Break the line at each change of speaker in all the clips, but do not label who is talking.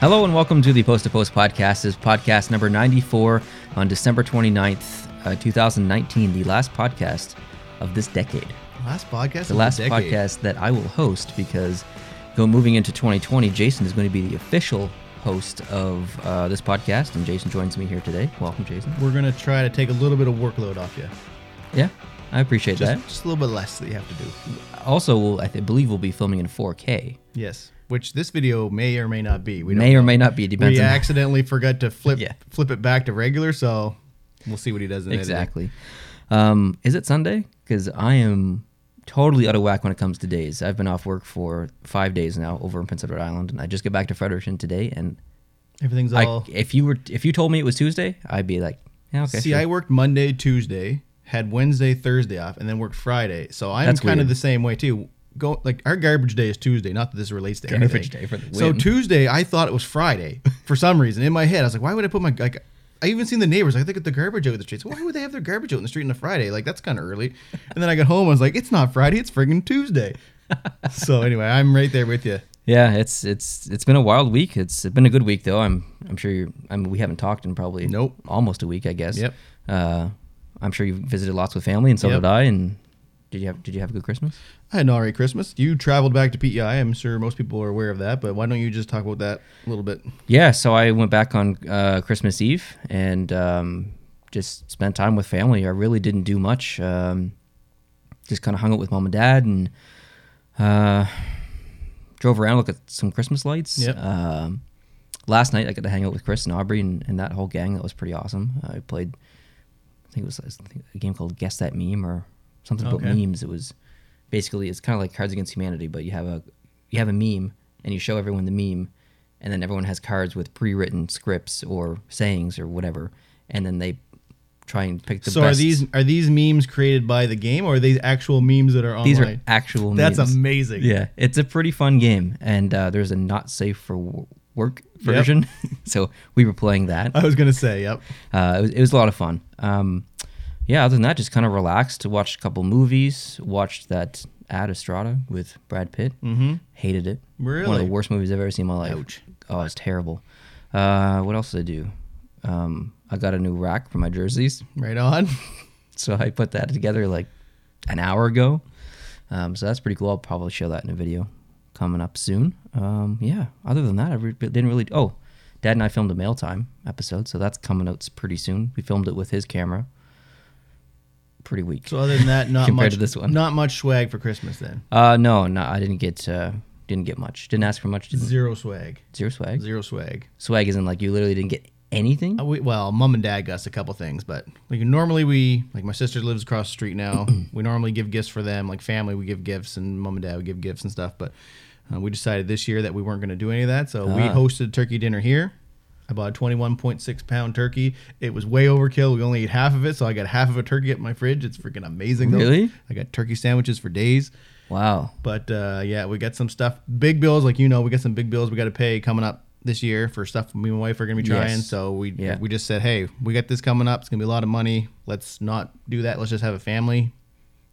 Hello and welcome to the Post to Post podcast. This is podcast number 94 on December 29th, uh, 2019, the last podcast of this decade.
Last podcast.
The last podcast that I will host because go moving into 2020, Jason is going to be the official host of uh, this podcast and Jason joins me here today. Welcome, Jason.
We're gonna try to take a little bit of workload off you.
Yeah, I appreciate
Just, just a little bit less that you have to do.
that. Also, we'll, I th- believe we'll be filming in 4K.
Yes. Which this video may or may not be. We
May
don't
or may not be, depends
We
on
accidentally forgot to flip
Yeah.
flip it back to regular, so we'll see what he does in editing.
Exactly. Um, is it Sunday? Because I am totally out of whack when it comes to days. I've been off work for five days now over in Prince Edward Island, and I just got back to Fredericton today. And
Everything's
I,
all.
if you were, if you told me it was Tuesday, I'd be like, yeah, okay.
see,
sure.
I worked Monday, Tuesday, had Wednesday, Thursday off, and then worked Friday. So I'm
That's
kind
weird.
of the same way too. Go like our garbage day is Tuesday. Not that this relates to
Garbage
anything.
day for the
So
win.
Tuesday, I thought it was Friday for some reason. In my head, I was like, why would I put my like. I even seen the neighbors. Like, they get the garbage out in the streets. Why would they have their garbage out in the street on a Friday? Like, that's kind of early. And then I got home. I was like, it's not Friday. It's friggin' Tuesday. so anyway, I'm right there with you.
yeah, it's it's it's been a wild week. It's been a good week though. I'm I'm sure you. I mean, we haven't talked in probably
Nope.
almost a week, I guess.
Yep.
Uh, I'm sure you visited lots with family, and so
Yep.
did I. And did you have did you have a good Christmas?
I had an alright Christmas. You traveled back to PEI. I'm sure most people are aware of that. But why don't you just talk about that a little bit?
Yeah, so I went back on uh, Christmas Eve and um, just spent time with family. I really didn't do much. Um, just kind of hung out with mom and dad and uh, drove around, looked at some Christmas lights.
Yep.
Um, last night, I got to hang out with Chris and Aubrey and, and that whole gang. That was pretty awesome. I played, I think it was I think a game called Guess That Meme or something about
Okay.
memes. It was basically it's kind of like Cards Against Humanity, but you have a you have a meme and you show everyone the meme, and then everyone has cards with pre-written scripts or sayings or whatever, and then they try and pick the
so
best.
are these are these memes created by the game or are these actual memes that are online?
these are actual
That's
memes.
amazing.
Yeah, it's a pretty fun game, and uh, there's a not safe for wo- work version, so we were playing that.
I was gonna say, yep.
Uh, it, was, it was a lot of fun. Um, yeah, other than that, just kind of relaxed. Watched a couple movies. Watched that Ad Estrada with Brad Pitt. Mm-hmm. Hated it. One of
Really?
the worst movies I've ever seen in my life.
Ouch.
Oh, it's terrible. Uh, what else did I do? Um, I got a new rack for my jerseys.
Right on.
So I put that together like an hour ago. Um, so that's pretty cool. I'll probably show that in a video coming up soon. Um, yeah. Other than that, I re- didn't really. Oh, Dad and I filmed a mail time episode, so that's coming out pretty soon. We filmed it with his camera. Pretty weak.
So other than that, not
Compared
much
to this one.
Not much swag for Christmas then.
Uh, no, no, I didn't get uh, didn't get much. Didn't ask for much. Didn't
Zero swag.
zero swag.
Zero swag.
Swag isn't like you literally didn't get anything.
Uh, we, well, mom and dad got us a couple things, but like normally we like my sister lives across the street now. we normally give gifts for them, like family we give gifts, and mom and dad would give gifts and stuff. But uh, we decided this year that we weren't going to do any of that, so we hosted turkey dinner here. I bought a 21.6 pound turkey. It was way overkill. We only ate half of it, so I got half of a turkey at my fridge. It's freaking amazing. though.
Really?
I got turkey sandwiches for days.
Wow.
But uh, yeah, we got some stuff, big bills, like you know, we got some big bills we got to pay coming up this year for stuff me and my wife are gonna be trying.
Yes.
So we
Yeah.
we just said, hey, we got this coming up. It's gonna be a lot of money. Let's not do that. Let's just have a family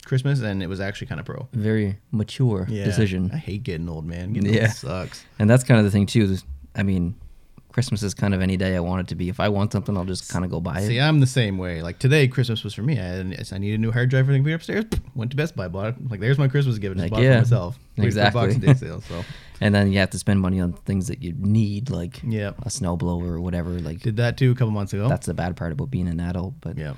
Christmas, and it was actually kind of pro
Very mature decision.
I hate getting old, man. Getting
Yeah.
old sucks.
And that's kind of the thing too. is- I mean, Christmas is kind of any day I want it to be. If I want something, I'll just kind of go buy it.
See, I'm the same way. Like today, Christmas was for me. I, had, I need a new hard drive for the computer upstairs. Went to Best Buy, bought it. Like, there's my Christmas gift. Just
Like,
bought it
yeah.
for myself. Waited for the
Exactly.
Boxing Day sale. So
And then you have to spend money on things that you need, like
Yeah.
a snowblower or whatever. Like
did that too a couple months ago.
that's the bad part about being an adult. But
yeah.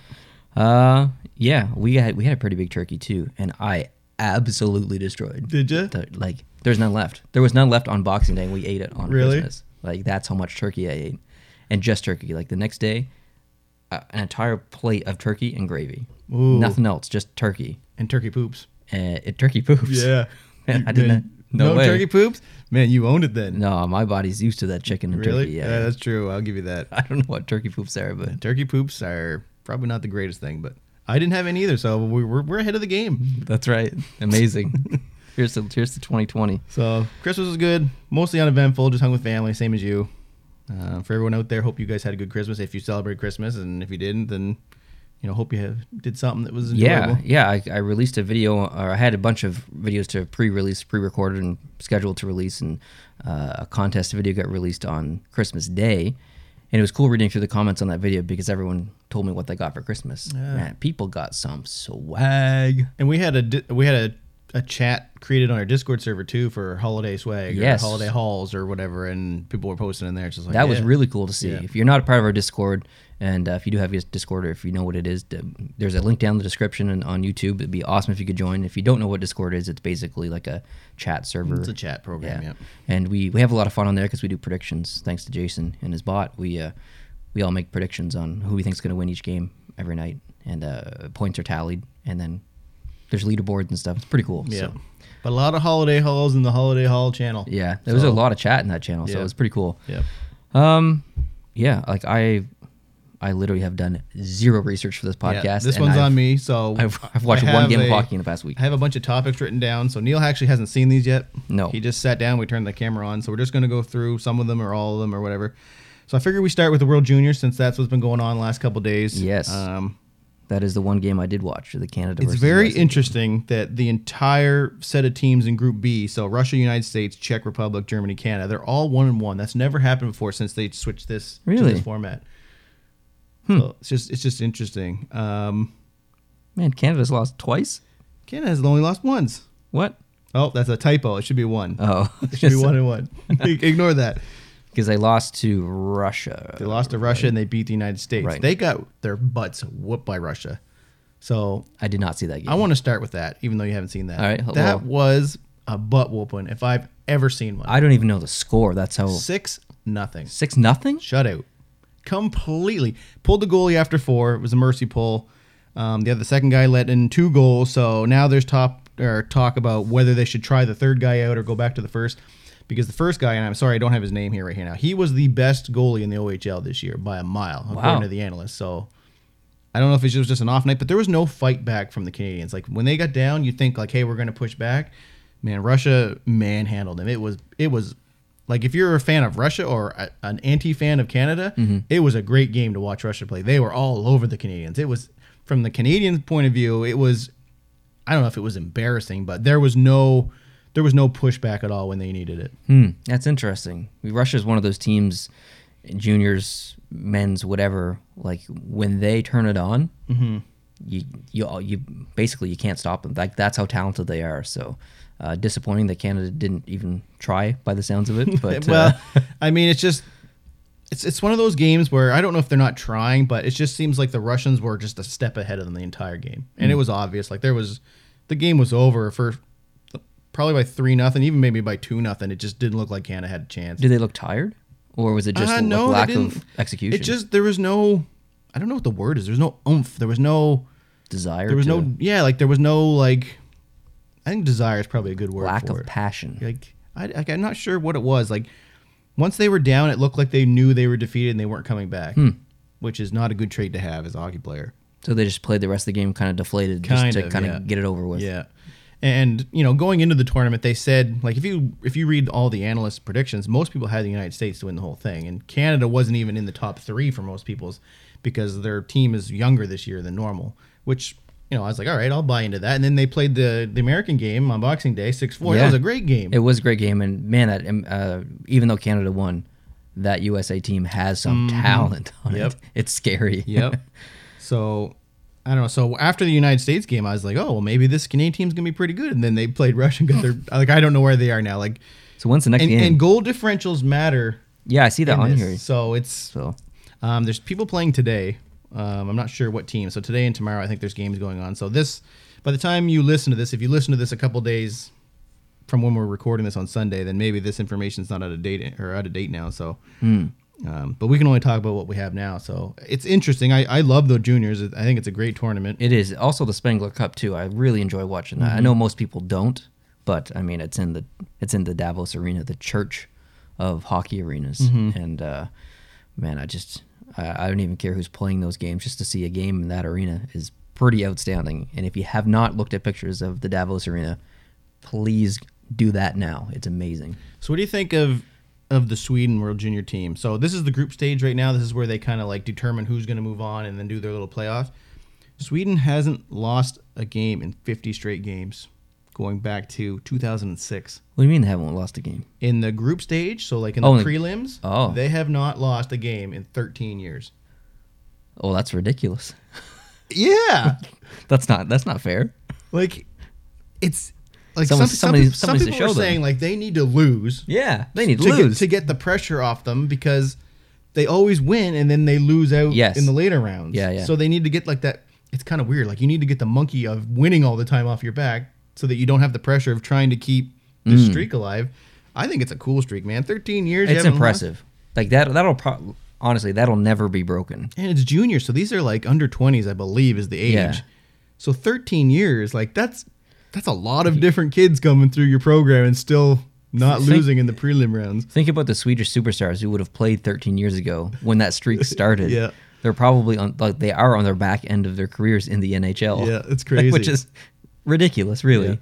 uh, yeah, we had we had a pretty big turkey too, and I absolutely destroyed.
Did you?
the- like there's none left. There was none left on Boxing Day. and We ate it on
Really?
Christmas. Like that's how much turkey I ate, and just turkey. Like the next day, uh, an entire plate of turkey and gravy.
Ooh.
Nothing else, just turkey.
And turkey poops.
Uh, it turkey poops.
Yeah.
Man, I didn't. No,
no
way.
turkey poops? Man, you owned it then.
No, my body's used to that chicken and
really?
turkey. Yeah.
Yeah, that's true. I'll give you that.
I don't know what turkey poops are, but
Turkey poops are probably not the greatest thing, but I didn't have any either, so we- we're, we're ahead of the game.
that's right. Amazing. here's to here's to 2020.
So Christmas was good, mostly uneventful, just hung with family, same as you. Uh, for everyone out there, hope you guys had a good Christmas. If you celebrate Christmas, and if you didn't, then you know, hope you have, did something that was
Yeah,
enjoyable.
yeah. I, I released a video, or I had a bunch of videos to pre-release, pre-recorded, and scheduled to release, and uh, a contest video got released on Christmas Day, and it was cool reading through the comments on that video because everyone told me what they got for Christmas. Man, people got some swag.
And we had a di- we had a, a chat created on our Discord server too for holiday swag,
Yes.
or holiday hauls, or whatever, and people were posting in there. It's just like
That was
yeah.
really cool to see.
Yeah.
If you're not a part of our Discord, and uh, if you do have a Discord, or if you know what it is, th- there's a link down in the description and on YouTube. It'd be awesome if you could join. If you don't know what Discord is, it's basically like a chat server.
It's a chat program. Yeah.
And we, we have a lot of fun on there because we do predictions. Thanks to Jason and his bot, we uh, we all make predictions on who we think's going to win each game every night, and uh, points are tallied, and then there's leaderboards and stuff. It's pretty cool.
Yeah.
So,
But a lot of holiday hauls in the holiday haul channel.
yeah. There was a
So-
lot of chat in that channel, so
Yeah.
it was pretty cool.
Yeah.
Um, yeah. Like I, I literally have done zero research for this podcast.
yeah. This
and
one's
I've-
on me. So
I've, I've watched
I
one
have
game of
a-
hockey in the past week.
I have a bunch of topics written down. So Neil actually hasn't seen these yet.
No.
He just sat down. We turned the camera on. So we're just going to go through some of them or all of them or whatever. So I figure we start with the World Junior since that's what's been going on the last couple days.
Yes.
Um,
That is the one game I did watch. The Canada.
it's
versus
very
USA.
interesting that the entire set of teams in Group B, so Russia, United States, Czech Republic, Germany, Canada, they're all one and one. That's never happened before since they switched this to
Really? Hmm.
this format. So it's just it's just interesting. Um,
Man, Canada's lost twice.
Canada has only lost once.
What?
Oh, that's a typo. It should be one.
Oh,
It should be one and one. Ignore that.
because they lost to Russia.
They lost to Russia and they beat the United States.
Right.
They got their butts whooped by Russia. So
I did not see that game.
I want to start with that, even though you haven't seen that.
All right,
that
well-
was a butt whooping if I've ever seen one.
I don't even know the score. That's how
Six nothing
six nothing.
shutout, completely pulled the goalie after four. It was a mercy pull. Um, the other second guy let in two goals, so now there's top or talk about whether they should try the third guy out or go back to the first. Because the first guy, and I'm sorry, I don't have his name here right here now. He was the best goalie in the OHL this year by a mile, according
Wow.
to the analysts. So I don't know if it was just an off night, but there was no fight back from the Canadians. Like when they got down, you think like, "Hey, we're going to push back." Man, Russia manhandled them. It was it was like if you're a fan of Russia or a, an anti-fan of Canada, it was a great game to watch Russia play. They were all over the Canadians. It was from the Canadian point of view, it was I don't know if it was embarrassing, but there was no there was no pushback at all when they needed it.
Hmm, that's interesting. Russia is one of those teams, juniors, men's, whatever. Like when they turn it on,
Mm-hmm.
you you all- you basically you can't stop them. Like that's how talented they are. So uh, disappointing that Canada didn't even try. By the sounds of it, but
well,
uh,
I mean, it's just it's it's one of those games where I don't know if they're not trying, but it just seems like the Russians were just a step ahead of them the entire game, and
Mm.
it was obvious. Like there was the game was over for probably by three nothing, even maybe by two nothing. It just didn't look like Canada had a chance.
did they look tired, or was it just
Uh,
like,
no, they
lack
didn't.
of execution?
It just there was no I don't know what the word is. There was no oomph. There was no
desire.
there was
to
no yeah like there was no like I think desire is probably a good word
lack
for
of
it
passion.
like I, like I'm not sure what it was. Like once they were down, it looked like they knew they were defeated and they weren't coming back, which is not a good trait to have as a hockey player.
So they just played the rest of the game kind of deflated,
Kind
just to
of,
kind
yeah.
of get it over with.
Yeah. And you know, going into the tournament, they said like if you if you read all the analyst predictions, most people had the United States to win the whole thing, and Canada wasn't even in the top three for most people's because their team is younger this year than normal. Which you know, I was like, all right, I'll buy into that. And then they played the the American game on Boxing Day, six four. That
Yeah.
was a great game.
It was a great game, and man, that um, uh, even though Canada won, that USA team has some talent on
Mm-hmm. Yep.
it. It's scary.
Yep. so I don't know. So after the United States game, I was like, oh, well, maybe this Canadian team's gonna be pretty good. And then they played Russia and got their like I don't know where they are now. Like
so when's the next
and,
game?
and goal differentials matter.
yeah, I see that
in
on
this.
here.
So it's
So
um, there's people playing today. Um, I'm not sure what team. So today and tomorrow, I think there's games going on. So this, by the time you listen to this, if you listen to this a couple days from when we're recording this on Sunday, then maybe this information's not out of date or out of date now. So, um, but we can only talk about what we have now. So it's interesting. I, I love the juniors. I think it's a great tournament.
it is also the Spengler Cup too. I really enjoy watching that. I know most people don't, but I mean, it's in the it's in the Davos Arena, the church of hockey arenas, and uh, man, I just I, I don't even care who's playing those games. Just to see a game in that arena is pretty outstanding. And if you have not looked at pictures of the Davos Arena, please do that now. It's amazing.
So what do you think of of the Sweden World Junior team? So this is the group stage right now. This is where they kind of like determine who's going to move on and then do their little playoff. Sweden hasn't lost a game in 50 straight games, going back to 2006.
What do you mean they haven't lost a game?
In the group stage, so like in
Oh,
the
in the-
prelims,
Oh.
they have not lost a game in 13 years.
Oh, that's ridiculous.
Yeah,
That's not that's not fair.
like it's like
Someone-
some,
somebody-
some, people- some
somebody needs to
people are
show them.
saying like they need to lose.
Yeah, they need to,
to
lose.
Get, to get the pressure off them because they always win and then they lose out
Yes.
in the later rounds.
Yeah, yeah.
So they need to get like that. It's kind of weird. Like you need to get the monkey of winning all the time off your back so that you don't have the pressure of trying to keep this streak alive. I think it's a cool streak, man. 13 years. you
Mm. it's
haven't lost.
impressive. Like that that'll pro- honestly that'll never be broken.
And it's junior. So these are like under 20s, I believe, is the age.
Yeah.
So 13 years, like that's that's a lot of different kids coming through your program and still not
Think-
losing in the prelim rounds.
Think about the Swedish superstars who would have played 13 years ago when that streak started.
Yeah.
They're probably on like they are on their back end of their careers in the NHL.
Yeah, it's
Like, Which
crazy.
is ridiculous, really.
Yeah.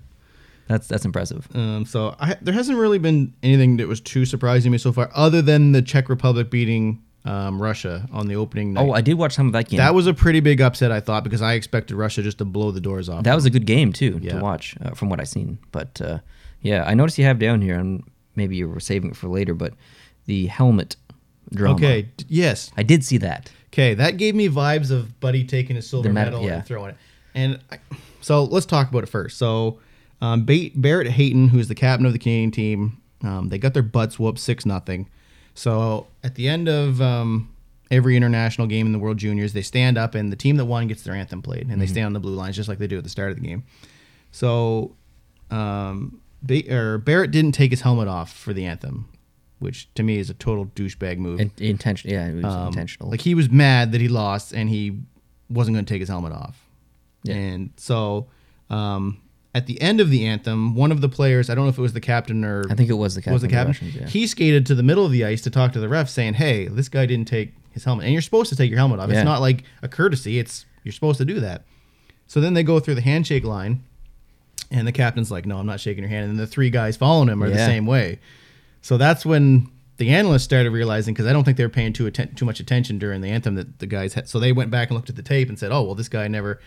That's that's impressive.
Um, so I, there hasn't really been anything that was too surprising to me so far, other than the Czech Republic beating um, Russia on the opening night.
Oh, I did watch some of that game.
that was a pretty big upset, I thought, because I expected Russia just to blow the doors off.
That was a good game too
Yeah.
to watch, uh, from what I've seen. But uh, yeah, I noticed you have down here, and maybe you were saving it for later. But the helmet drama,
okay, d- yes,
I did see that.
okay, that gave me vibes of Buddy taking a silver
The med-
medal
yeah.
and throwing it. And I, so let's talk about it first. So um, ba- Barrett Hayton, who's the captain of the Canadian team, um, they got their butts whooped six nothing. So at the end of um, every international game in the World Juniors, they stand up and the team that won gets their anthem played, and they
Mm-hmm.
stay on the blue lines just like they do at the start of the game. So um, ba- or Barrett didn't take his helmet off for the anthem, which to me is a total douchebag move.
In- intention, yeah, it was
Um,
intentional.
Like he was mad that he lost and he wasn't going to take his helmet off.
Yeah.
And so um, at the end of the anthem, one of the players, I don't know if it was the captain or
I think it was the captain.
was the
of the
captain,
Russians, yeah.
he skated to the middle of the ice to talk to the ref saying, "Hey, this guy didn't take his helmet." And you're supposed to take your helmet off.
Yeah.
It's not like a courtesy. It's you're supposed to do that. So then they go through the handshake line and the captain's like, "No, I'm not shaking your hand." And the three guys following him are the
Yeah.
same way. So that's when the analysts started realizing because I don't think they were paying too atten- too much attention during the anthem that the guys had. So they went back and looked at the tape and said, "Oh, well, this guy never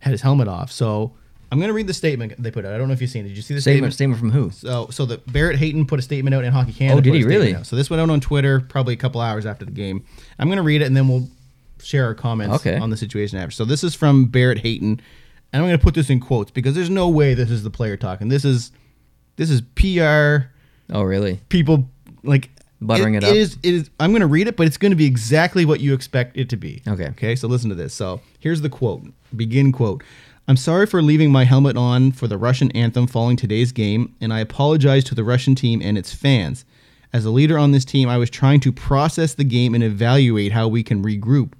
had his helmet off." So I'm going to read the statement they put out. I don't know if you've seen it. Did you see the
statement, statement from who?
so, so the Barrett Hayton put a statement out in Hockey Canada.
Oh, did
put a
he really?
statement out. So this went out on Twitter probably a couple hours after the game. I'm going to read it and then we'll share our comments
Okay.
on the situation after. So this is from Barrett Hayton, and I'm going to put this in quotes because there's no way this is the player talking. This is this is PR
Oh, really?
people like
Buttering it
It
up.
is. It is. I'm going to read it, but it's going to be exactly what you expect it to be.
Okay.
Okay. So listen to this. So here's the quote. Begin quote. I'm sorry for leaving my helmet on for the Russian anthem following today's game, and I apologize to the Russian team and its fans. As a leader on this team, I was trying to process the game and evaluate how we can regroup.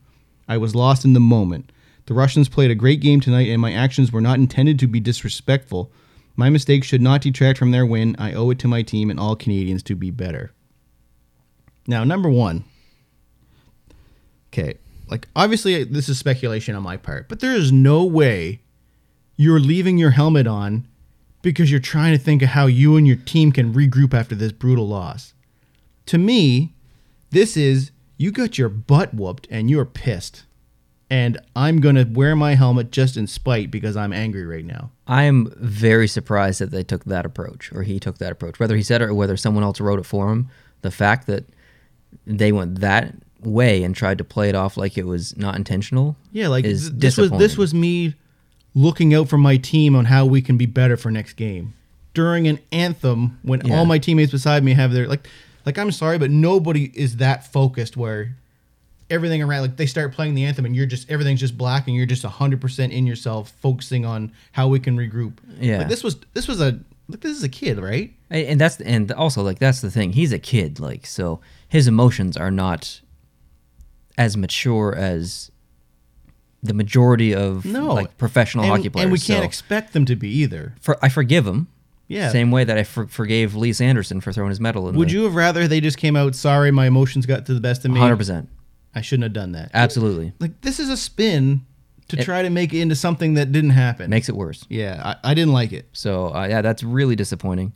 I was lost in the moment. The Russians played a great game tonight, and my actions were not intended to be disrespectful. My mistakes should not detract from their win. I owe it to my team and all Canadians to be better. Now, number one, okay, like obviously this is speculation on my part, but there is no way you're leaving your helmet on because you're trying to think of how you and your team can regroup after this brutal loss. To me, this is you got your butt whooped and you're pissed. And I'm going to wear my helmet just in spite because I'm angry right now.
I am very surprised that they took that approach, or he took that approach. Whether he said it or whether someone else wrote it for him, the fact that they went that way and tried to play it off like it was not intentional,
Yeah, like
is
th- this was this
disappointing.
was me looking out for my team on how we can be better for next game during an anthem when
Yeah.
all my teammates beside me have their like like I'm sorry, but nobody is that focused where everything around like they start playing the anthem and you're just everything's just black and you're just 100% in yourself focusing on how we can regroup.
Yeah.
Like this was this was a like this is a kid, right?
And and that's and also like that's the thing. He's a kid, like so his emotions are not as mature as the majority of
No.
like professional
And-
hockey players.
And we can't
So,
expect them to be either.
for, I forgive him.
Yeah.
Same way that I for, forgave Lee Sanderson for throwing his medal in.
Would
the,
you have rather they just came out sorry my emotions got to the best of me?
Hundred percent.
I shouldn't have done that.
Absolutely.
like this is a spin to try to make it into something that didn't happen.
Makes it worse.
yeah, I, I didn't like it.
So uh, yeah, that's really disappointing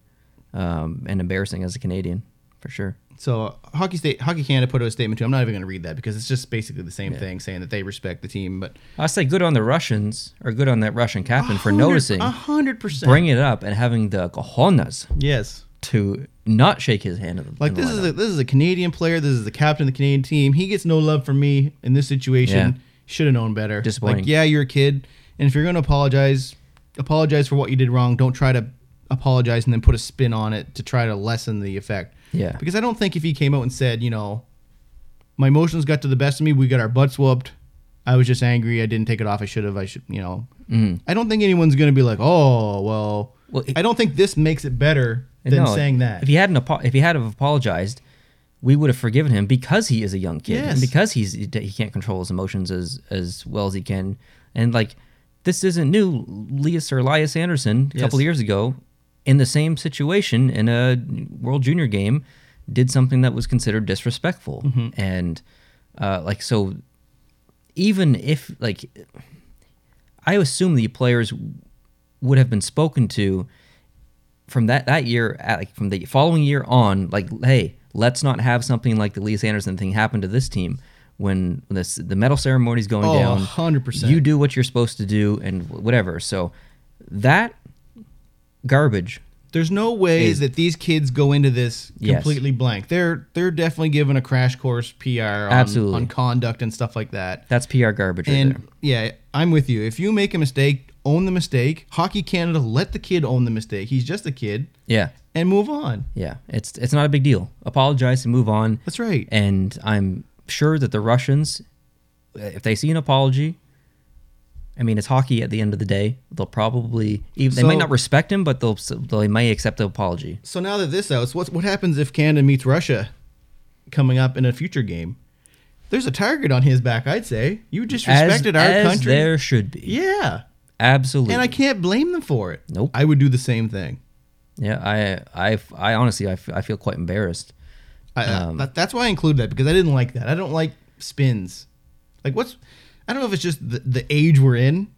um, and embarrassing as a Canadian for sure.
So hockey state hockey Canada put out a statement too. I'm not even going to read that because it's just basically the same
Yeah.
thing, saying that they respect the team. But
I say good on the Russians or good on that Russian captain for noticing,
a hundred percent.
bringing it up, and having the cojones
yes,
to not shake his hand. in the-
like
in the
this is
lineup.
a, this is a Canadian player. This is the captain of the Canadian team. He gets no love from me in this situation.
Yeah.
Should have known better.
Disappointing.
Like yeah, you're a kid, and if you're going to apologize, apologize for what you did wrong. Don't try to apologize and then put a spin on it to try to lessen the effect.
Yeah.
because I don't think if he came out and said, you know, my emotions got to the best of me. We got our butts whooped. I was just angry. I didn't take it off. I should have. I should, you know. I don't think anyone's going to be like, oh, well.
Mm-hmm. Well, it-
I don't think this makes it better than
No,
saying that.
If he hadn't apo- if he had have apologized, we would have forgiven him because he is a young kid
Yes.
and because he's he can't control his emotions as as well as he can. And like this isn't new. Leas or Elias Anderson a couple
Yes.
years ago, in the same situation in a World Junior game, did something that was considered disrespectful.
Mm-hmm.
And uh, like so, even if like I assume the players would have been spoken to from that that year, at- like from the following year on. Like, hey, let's not have something like the Lee Anderson thing happen to this team when this the medal ceremony's going
Oh,
down.
100%.
You do what you're supposed to do and whatever. So that garbage.
There's no way
Is-
that these kids go into this
Yes.
completely blank. They're they're definitely given a crash course PR on,
Absolutely.
on conduct and stuff like that.
That's PR garbage right there.
And yeah, I'm with you. If you make a mistake, own the mistake. Hockey Canada let the kid own the mistake. He's just a kid
Yeah.
and move on.
Yeah. It's it's not a big deal. Apologize and move on.
That's right.
And I'm sure that the Russians, if they see an apology, I mean, it's hockey at the end of the day. They'll probably, even, they
So-
might not respect him, but they'll, they may accept the apology.
So now that this out, what what happens if Canada meets Russia coming up in a future game? There's a target on his back, I'd say. You disrespected
as,
our
as
country.
there should be.
yeah.
Absolutely.
And I can't blame them for it.
Nope.
I would do the same thing.
yeah, I, I, I honestly, I, f- I feel quite embarrassed.
I, that, that's why I include that because I didn't like that. I don't like spins. Like what's I don't know if it's just the, the age we're in.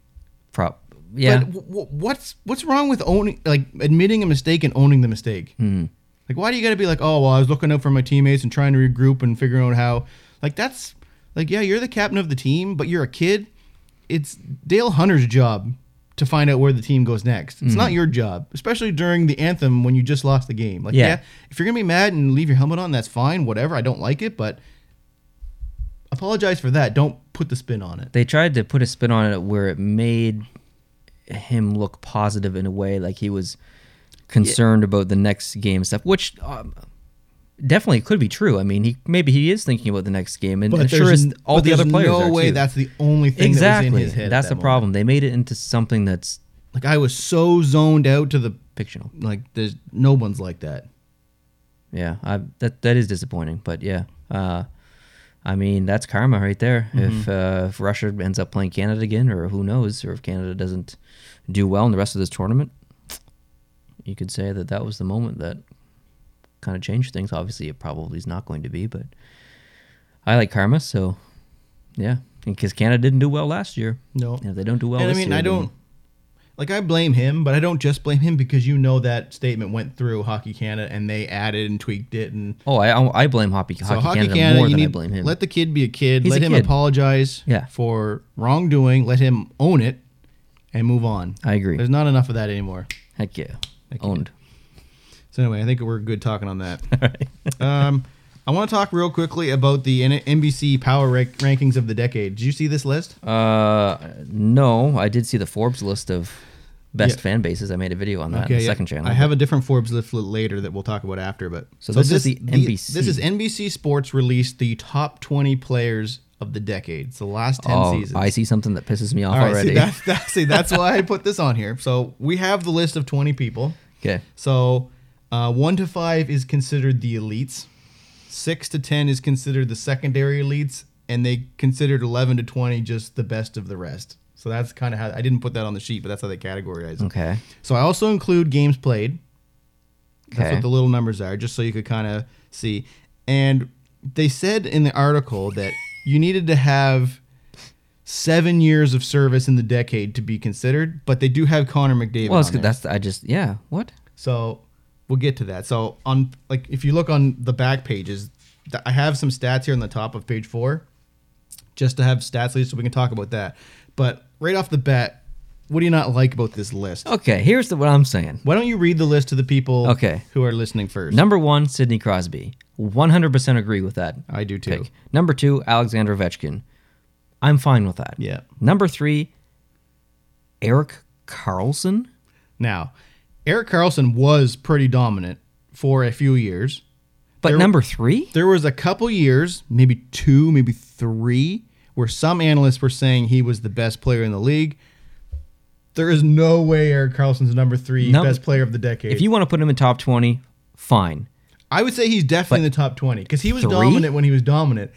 Prop. Yeah.
But w- w- what's what's wrong with owning like admitting a mistake and owning the mistake? Like why do you got to be like, "Oh, well, I was looking out for my teammates and trying to regroup and figuring out how." Like that's like yeah, you're the captain of the team, but you're a kid. It's Dale Hunter's job to find out where the team goes next. It's not your job, especially during the anthem when you just lost the game. Like
Yeah.
yeah. if you're going to be mad and leave your helmet on, that's fine, whatever. I don't like it, but apologize for that. Don't put the spin on it.
they tried to put a spin on it where it made him look positive in a way like he was concerned about the next game stuff which um, definitely could be true i mean he maybe he is thinking about the next game and, and sure
there's
as
n-
all
but
the
there's
other players
No
are
way.
too.
That's the only thing
exactly
that was in his head. at
that's
that
the
moment.
problem they made it into something that's
Like I was so zoned out to the
fictional
like. There's no one's like that.
yeah I, that that is disappointing but yeah uh I mean that's karma right there.
Mm-hmm.
If uh, if Russia ends up playing Canada again, or who knows, or if Canada doesn't do well in the rest of this tournament, you could say that that was the moment that kind of changed things. Obviously, it probably is not going to be, but I like karma, so yeah. Because Canada didn't do well last year.
No.
And if they don't do well
and I
this
mean,
year,
I
then-
don't. Like I blame him, but I don't just blame him because you know that statement went through Hockey Canada and they added and tweaked it and
Oh, I I blame Hockey,
so
Hockey, Canada, more
you
than I
need
blame him.
let the kid be a kid,
He's
let
a
him
kid.
apologize
Yeah.
for wrongdoing, let him own it, and move on.
I agree.
There's not enough of that anymore.
Heck yeah,
Heck yeah.
owned.
So anyway, I think we're good talking on that. um, I want to talk real quickly about the N- NBC Power rank- rankings of the decade. Did you see this list?
Uh, no, I did see the Forbes list of best
Yeah.
fan bases. I made a video on that on
Okay,
the
yeah.
second channel.
I have a different Forbes list later that we'll talk about after. But
So this is the NBC.
This is NBC Sports released the top twenty players of the decade. It's the last ten
oh,
seasons.
I see something that pisses me off
All right,
already.
see, that's, that's, see, that's why I put this on here. So we have the list of twenty people.
okay,
So uh, one to five is considered the elites. Six to ten is considered the secondary elites, and they considered eleven to twenty just the best of the rest. So that's kind of how I didn't put that on the sheet, but that's how they categorize it.
okay,
So I also include games played. That's
Okay.
what the little numbers are, just so you could kind of see. And they said in the article that you needed to have seven years of service in the decade to be considered, but they do have Connor McDavid.
well, it's
on
good.
there.
that's I just yeah. What?
So we'll get to that. So on like if you look on the back pages, th- I have some stats here on the top of page four, just to have stats lead so we can talk about that. But right off the bat, what do you not like about this list?
Okay, here's the, what I'm saying.
Why don't you read the list to the people
Okay.
who are listening first?
Number one, Sidney Crosby. 100% agree with that.
I do too.
pick. Number two, Alexander Ovechkin. I'm fine with that.
Yeah.
Number three, Eric Carlson.
Now, Eric Carlson was pretty dominant for a few years.
But
There-
number three,
There was a couple years, maybe two, maybe three, where some analysts were saying he was the best player in the league. There is no way Eric Carlson's number three
No.
best player of the decade.
if you want to put him in top 20, fine.
I would say he's definitely in the top twenty because he was
Three?
dominant when he was dominant,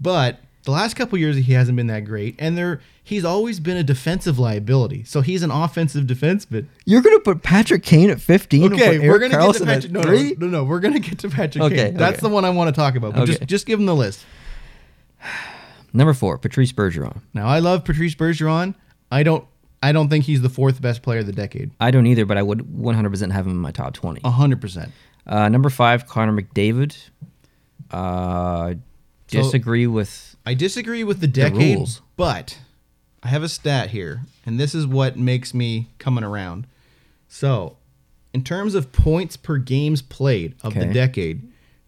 but the last couple years he hasn't been that great, and there he's always been a defensive liability. So he's an offensive defenseman.
You're going to put Patrick Kane at 15? and
Okay,
put
we're
Eric
gonna
Carlson
get to
at
Patrick. No, no,
three?
no, no, we're gonna get to Patrick.
Okay,
Kane. that's
okay.
the one I want to talk about. But
Okay.
just just give him the list.
Number four, Patrice Bergeron.
Now I love Patrice Bergeron. I don't I don't think he's the fourth best player of the decade.
I don't either, but I would 100% have him in my top 20.
hundred percent.
Uh, number five, Connor McDavid. Uh, disagree with.
I disagree with the decade,
rules.
but I have a stat here, and this is what makes me coming around. So, in terms of points per games played of the
Okay.
decade,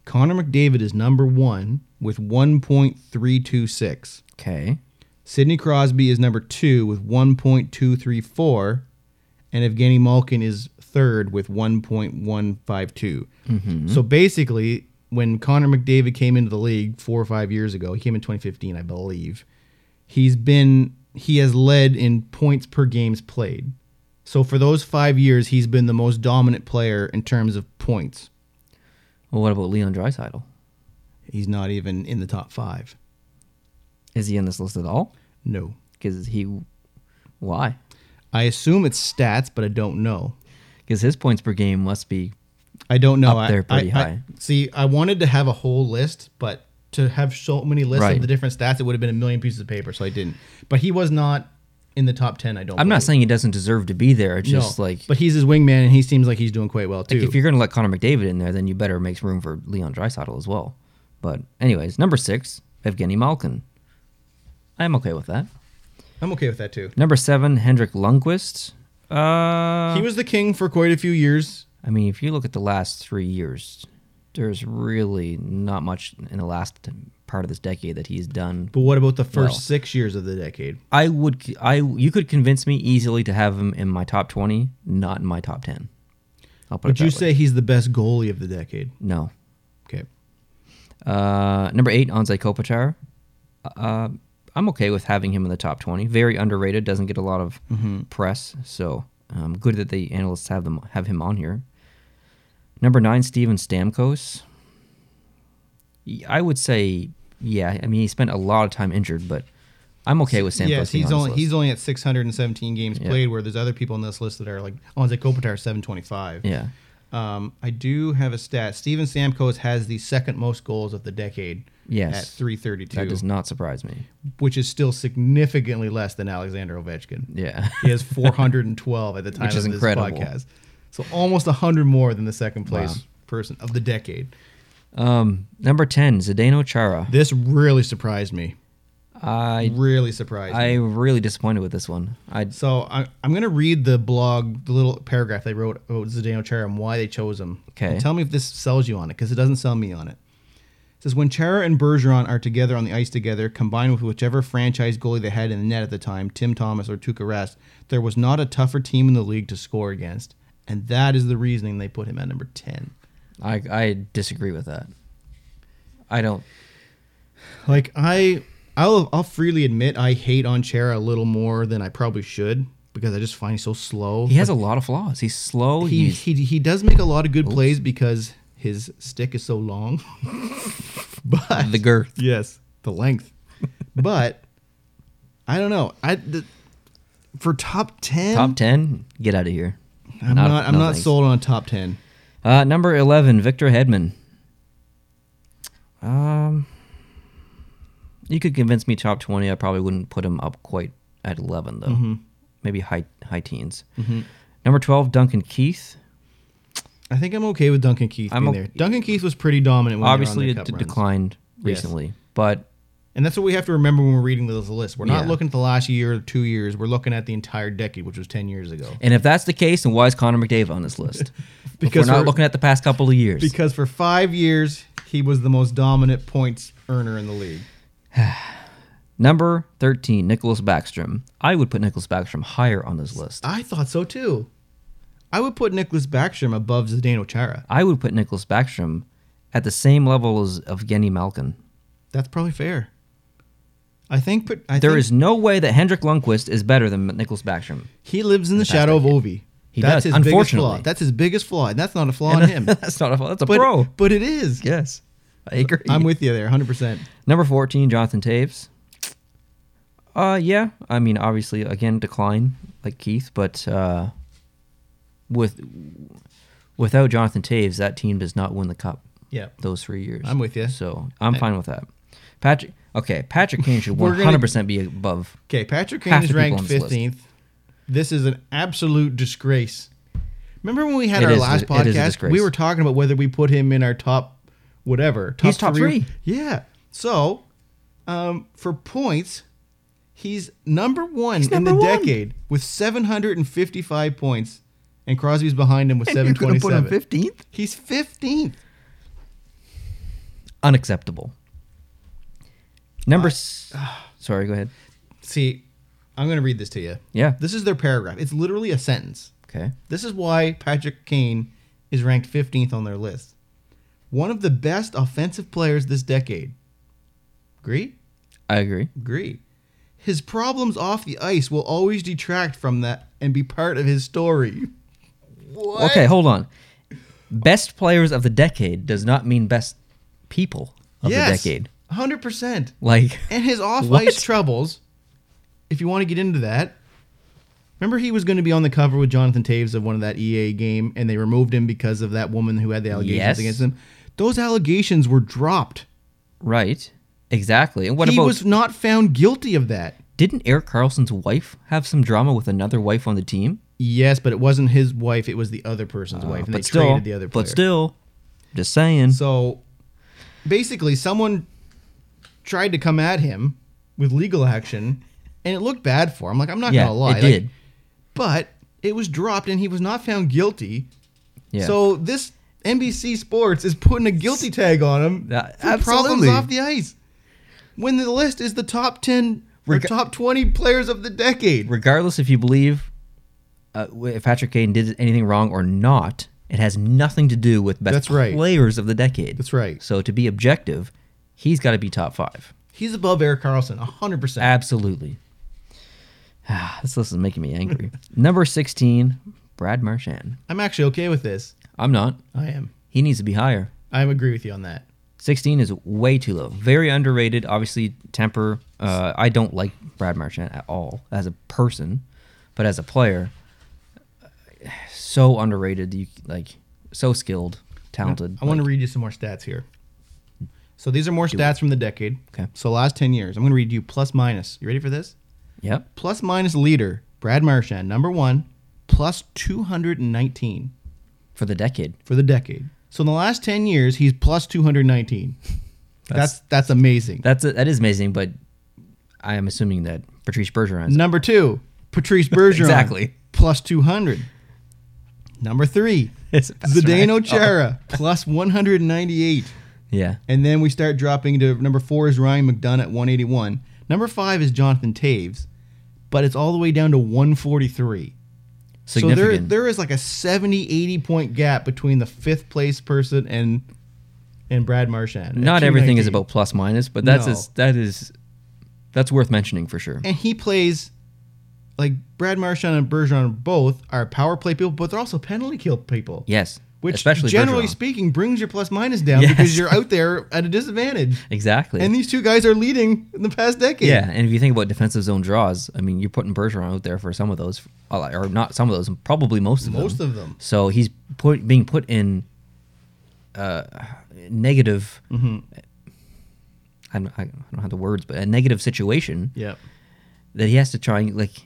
Connor McDavid is number one with one point three two six.
Okay.
Sidney Crosby is number two with 1.234, and Evgeny Malkin is third with 1.152. So basically, when Connor McDavid came into the league four or five years ago, he came in 2015, I believe. He's been he has led in points per games played. So for those five years, he's been the most dominant player in terms of points.
Well, what about Leon Dreisaitl?
He's not even in the top five.
Is he in this list at all?
No.
Because he, why?
I assume it's stats, but I don't know.
Because his points per game must be
I don't know.
Up
I,
there pretty
I- I-
high.
see, I wanted to have a whole list, but to have so many lists
Right.
of the different stats, it would have been a million pieces of paper, so I didn't. But he was not in the top ten. I don't.
I'm not
believe.
saying he doesn't deserve to be there. It's
No,
just like
but he's his wingman, and he seems like he's doing quite well too.
if you're going to let Connor McDavid in there, then you better make room for Leon Dreisaitl as well. But anyways, number six, Evgeny Malkin. I'm okay with that.
I'm okay with that too.
Number seven, Hendrik Lundqvist. Uh,
he was the king for quite a few years.
I mean, if you look at the last three years, there's really not much in the last part of this decade that he's done.
But what about the first
Well.
six years of the decade?
I would, I you could convince me easily to have him in my top twenty, not in my top ten. I'll put
Would
it
you
that way.
say he's the best goalie of the decade?
no?
Okay.
Uh, number eight, Anze Kopitar. Uh, I'm okay with having him in the top 20. Very underrated. Doesn't get a lot of
Mm-hmm.
press. So um, good that the analysts have them have him on here. Number nine, Steven Stamkos. Y- I would say, yeah. I mean, he spent a lot of time injured, but I'm okay with Stamkos.
yes,
being
he's
on this
only
list.
he's only at 617 games
Yeah.
played, where there's other people on this list that are like Anze Kopitar 725.
yeah.
Um, I do have a stat. Steven Stamkos has the second most goals of the decade.
Yes.
At 332,
That does not surprise me.
which is still significantly less than Alexander Ovechkin.
Yeah.
He has 412 at the time
Which is
of this
incredible.
podcast. So almost 100 more than the second place person of the decade.
um, number ten, Zdeno Chara.
This really surprised me.
I
Really surprised me.
I really disappointed with this one. I
So I, I'm going to read the blog, the little paragraph they wrote about Zdeno Chara and why they chose him.
Okay.
And tell me if this sells you on it, because it doesn't sell me on it. It says when Chara and Bergeron are together on the ice together, combined with whichever franchise goalie they had in the net at the time, Tim Thomas or Tuukka Rask, there was not a tougher team in the league to score against, and that is the reasoning they put him at number ten.
I I disagree with that. I don't.
Like I, I'll I'll freely admit I hate on Chara a little more than I probably should because I just find he's so slow.
He has a lot of flaws. He's slow.
he,
he's
he he does make a lot of good plays because his stick is so long. but
the girth.
yes, the length. but I don't know. I the, for top ten,
Top ten. Get out of here.
I'm not, I'm
no
not
thanks.
sold on a top ten.
Uh, number eleven, Victor Hedman. Um, you could convince me top twenty. I probably wouldn't put him up quite at eleven
Mm-hmm.
though. Maybe high high teens. Number twelve, Duncan Keith.
I think I'm okay with Duncan Keith
I'm
being
o-
there. Duncan Keith was pretty dominant. When
Obviously,
they
it
were on their
d-
cup runs.
declined recently, but
And that's what we have to remember when we're reading those lists. We're not
Yeah.
looking at the last year or two years. We're looking at the entire decade, which was 10 years ago.
and if that's the case, then why is Connor McDavid on this list? If
Because
we're not
we're-
looking at the past couple of years.
Because for five years, he was the most dominant points earner in the league.
Number thirteen, Nicholas Backstrom. I would put Nicholas Backstrom higher on this list.
I thought so too. I would put Nicholas Backstrom above Zdeno Chara.
I would put Nicholas Backstrom at the same level as Evgeny Malkin.
That's probably fair. I think, but I
There
think
is no way that Hendrik Lundqvist is better than Nicholas Backstrom.
he lives in the shadow of Ovi.
He
that's
does,
his
unfortunately.
biggest flaw. That's his biggest flaw, and that's not a flaw in him.
that's not a fault. That's a
but,
pro.
but it is.
Yes, I agree.
I'm with you there, 100. percent
Number 14, Jonathan Taves. Uh, yeah. I mean, obviously, again, decline like Keith, but uh, with without Jonathan Taves, that team does not win the cup
Yeah,
those three years.
I'm with you.
So I'm fine with that. Patrick, okay, Patrick Kane should
We're
100%
gonna-
be above.
Okay, Patrick Kane
Half
is
the people
ranked
on this list.
15th. This is an absolute disgrace. Remember when we had
It
our
is a-
last
it is a
podcast?
disgrace.
We were talking about whether we put him in our top whatever. Top
He's top three.
Yeah. So, um, for points, he's number one in
number
the
one.
decade with 755 points, and Crosby's behind him with 727.
15th?
He's 15th.
Unacceptable. Number. s-
Ah.
sorry, go ahead.
See, I'm going to read this to you.
Yeah.
This is their paragraph. It's literally a sentence.
Okay.
This is why Patrick Kane is ranked 15th on their list. One of the best offensive players this decade. Agree?
I agree.
Agree. His problems off the ice will always detract from that and be part of his story. What?
Okay, hold on. Best players of the decade does not mean best people of
yes,
the decade.
100%.
Like,
And his off
What?
ice troubles, if you want to get into that, remember he was going to be on the cover with Jonathan Taves of one of that EA game, and they removed him because of that woman who had the allegations
Yes.
against him. Those allegations were dropped.
right? Exactly. And what
he
about?
was not found guilty of that.
didn't Eric Carlson's wife have some drama with another wife on the team?
Yes, but it wasn't his wife; it was the other person's
Uh,
wife, and they
but still,
traded the other player.
but still, just saying.
so basically, someone tried to come at him with legal action, and it looked bad for him. Like I'm not
yeah,
gonna lie,
it
Like,
did.
but it was dropped, and he was not found guilty.
Yeah.
So this NBC Sports is putting a guilty tag on him
That-
for problems
absolutely.
off the ice. When the list is the top ten or
Reg-
top twenty players of the decade.
regardless if you believe uh, if Patrick Kane did anything wrong or not, it has nothing to do with best
That's right.
players of the decade.
That's right.
So to be objective, he's got to be top five.
He's above Eric Carlson, hundred percent.
Absolutely. Ah, this list is making me angry. Number 16, Brad Marchand.
I'm actually okay with this.
I'm not.
I am.
He needs to be higher.
I agree with you on that.
16 is way too low. Very underrated. Obviously, temper. Uh, I don't like Brad Marchand at all as a person, but as a player, so underrated. You like so skilled, talented.
I want to read you some more stats here. So these are more stats from the decade.
Okay.
So last 10 years. I'm going to read you plus minus. You ready for this?
Yep.
Plus minus leader, Brad Marchand, number 1, plus 219
For the decade.
for the decade. So in the last 10 years, he's plus 219. that's that's, amazing.
That's a, that is amazing, but I am assuming that Patrice Bergeron is
Number two, Patrice Bergeron.
Exactly.
Plus 200. Number three,
It's faster than I thought.
Zdeno Chara, plus 198.
Oh, Yeah.
And then we start dropping to number four is Ryan McDonough at 181. Number five is Jonathan Taves, but it's all the way down to 143. So
Significant.
there, there is like a 70, 80 point gap between the fifth place person and and Brad Marchand. at
Not everything is
219.
about plus minus, but that's
No.
is, that is that's worth mentioning for sure.
And he plays like Brad Marchand and Bergeron both are power play people, but they're also penalty kill people.
Yes.
Which
especially
generally
Bergeron.
speaking brings your plus minus down
Yes.
because you're out there at a disadvantage.
exactly.
And these two guys are leading in the past decade.
Yeah, and if you think about defensive zone draws, I mean, you're putting Bergeron out there for some of those, or not some of those, probably most of them.
Most of them.
So he's put being put in uh, negative.
Mm-hmm.
I'm- I don't have the words, but a negative situation
Yep.
that he has to try and like.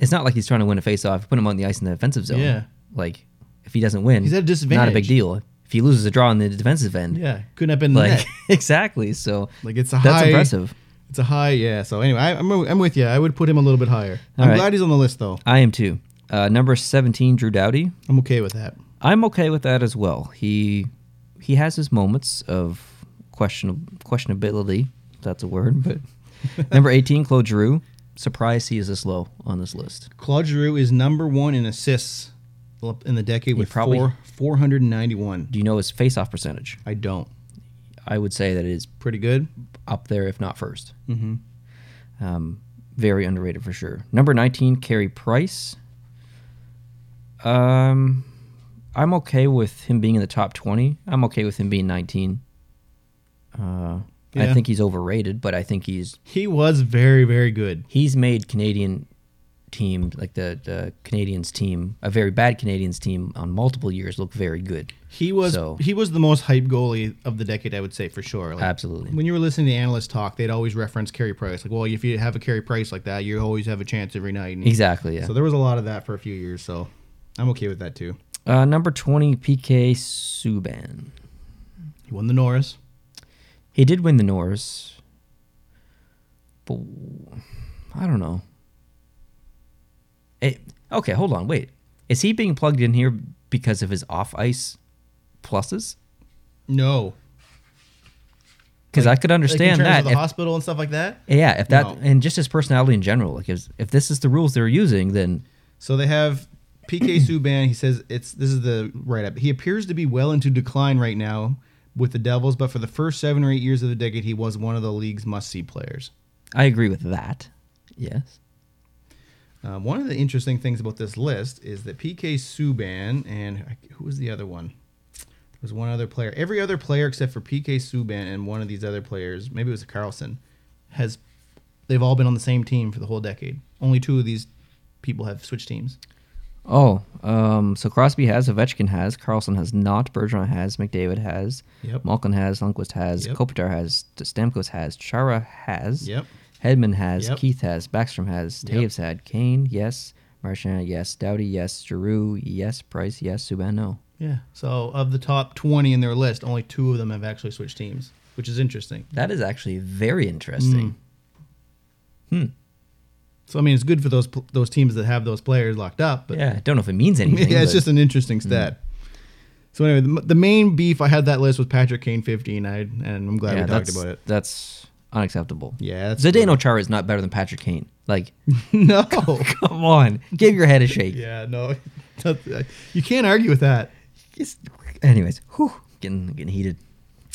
It's not like he's trying to win a face-off. Put him on the ice in the offensive zone.
Yeah.
Like if he doesn't win,
He's
Not
at a
a big
disadvantage.
deal. If he loses a draw on the defensive end,
Yeah, couldn't have been
like
that.
exactly. So
Like it's a
that's
high.
impressive.
It's a high. Yeah. So anyway, I, I'm I'm with you. I would put him a little bit higher.
All
I'm
right.
glad he's on the list though.
I am too. Uh, number seventeen, Drew Doughty.
I'm okay with that.
I'm okay with that as well. He he has his moments of question questionability. If that's a word, but number eighteen, Claude Drew. Surprised he is this low on this list.
Claude Giroux is number one in assists in the decade with
probably-
four 491.
Do you know his face-off percentage?
I don't.
I would say that it is
Pretty good.
up there, if not 1st Mm-hmm. Um, very underrated for sure. Number 19, Carey Price. Um, I'm okay with him being in the top 20. I'm okay with him being 19. Uh, I
Yeah.
think he's overrated, but I think he's
He was very very good.
he's made Canadian team like the, the Canadians team a very bad Canadians team on multiple years look very good.
He was
So-
he was the most hype goalie of the decade. I would say for sure. Like,
Absolutely.
When you were listening to analysts talk, they'd always reference Carey Price. Like, well, if you have a Carey Price like that, you always have a chance every night. And
Exactly. Yeah.
So there was a lot of that for a few years. So I'm okay with that too.
Uh, number 20, PK Subban.
He won the Norris.
He did win the Norris, but I don't know. It, okay, hold on, wait. Is he being plugged in here because of his off ice pluses?
No,
Because I could
Like, in
understand
terms of
that.
the
if-
hospital and stuff like that.
yeah, if that
No.
and just his personality in general, like if, if this is the rules they're using, then
So they have PK Subban. He says it's this is the write up. He appears to be well into decline right now with the Devils, but for the first seven or eight years of the decade, he was one of the league's must see players.
I agree with that. Yes.
Uh, one of the interesting things about this list is that PK Subban and I- who was the other one? There was one other player. Every other player except for PK Subban and one of these other players, maybe it was Carlson, has they've all been on the same team for the whole decade. Only two of these people have switched teams.
Oh, um, so Crosby has, Ovechkin has, Carlson has not, Bergeron has, McDavid has,
Yep.
Malkin has, Lundqvist has,
Yep.
Kopitar has, Stamkos has, Chara has,
Yep.
Hedman has,
Yep.
Keith has, Backstrom has,
Yep.
Taves had, Kane, yes, Marchand, yes, Doughty, yes, Giroux, yes, Price, yes, Subban, no.
Yeah. So of the top 20 in their list, only two of them have actually switched teams, which is interesting.
That is actually very interesting.
So I mean, it's good for those pl- those teams that have those players locked up, but
Yeah, I don't know if it means anything.
yeah, it's
but-
just an interesting stat. So anyway, the, m- the main beef I had that list was Patrick Kane 15, I, and I'm glad
yeah,
we talked
that's,
about it.
that's unacceptable.
Yeah, that's
Zdeno Chara is not better than Patrick Kane. Like,
no.
come on, give your head a shake.
yeah, no. That's- you can't argue with that.
Yes. Anyways, whew, getting getting heated.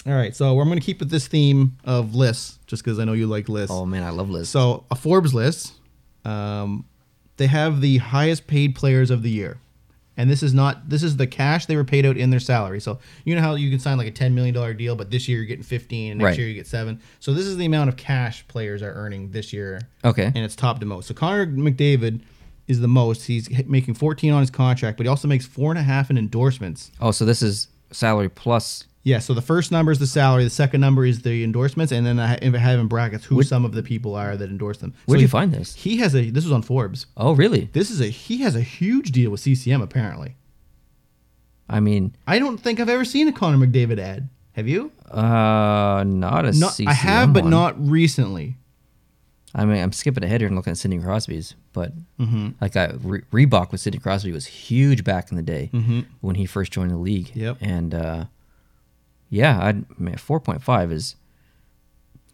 All right, so I'm going to keep with this theme of lists, just because I know you like lists.
Oh man, I love Liz.
So a Forbes list, um, they have the highest paid players of the year, and this is not this is the cash they were paid out in their salary. So you know how you can sign like a ten million dollar deal, but this year you're getting fifteen, and next
Right.
year you get seven. So this is the amount of cash players are earning this year.
Okay.
and it's top to most. So Connor McDavid is the most. He's h- making fourteen on his contract, but he also makes four and a half in endorsements.
oh, so this is salary plus.
Yeah, so the first number is the salary, the second number is the endorsements, and then I ha- I have in brackets who some of the people are that endorse them. So
Where'd you
he-
find this?
He has a. This was on Forbes.
Oh, really?
This is a. He has a huge deal with CCM. Apparently,
I mean,
I don't think I've ever seen a Connor McDavid ad. Have you?
uh, not a
Not, I
CCM
have, but
one.
not recently.
I mean, I'm skipping ahead here and looking at Sidney Crosby's, but like I, Re- Reebok with Sidney Crosby was huge back in the day when he first joined the league.
Yep.
And uh, yeah, I'd, man, 4.5 is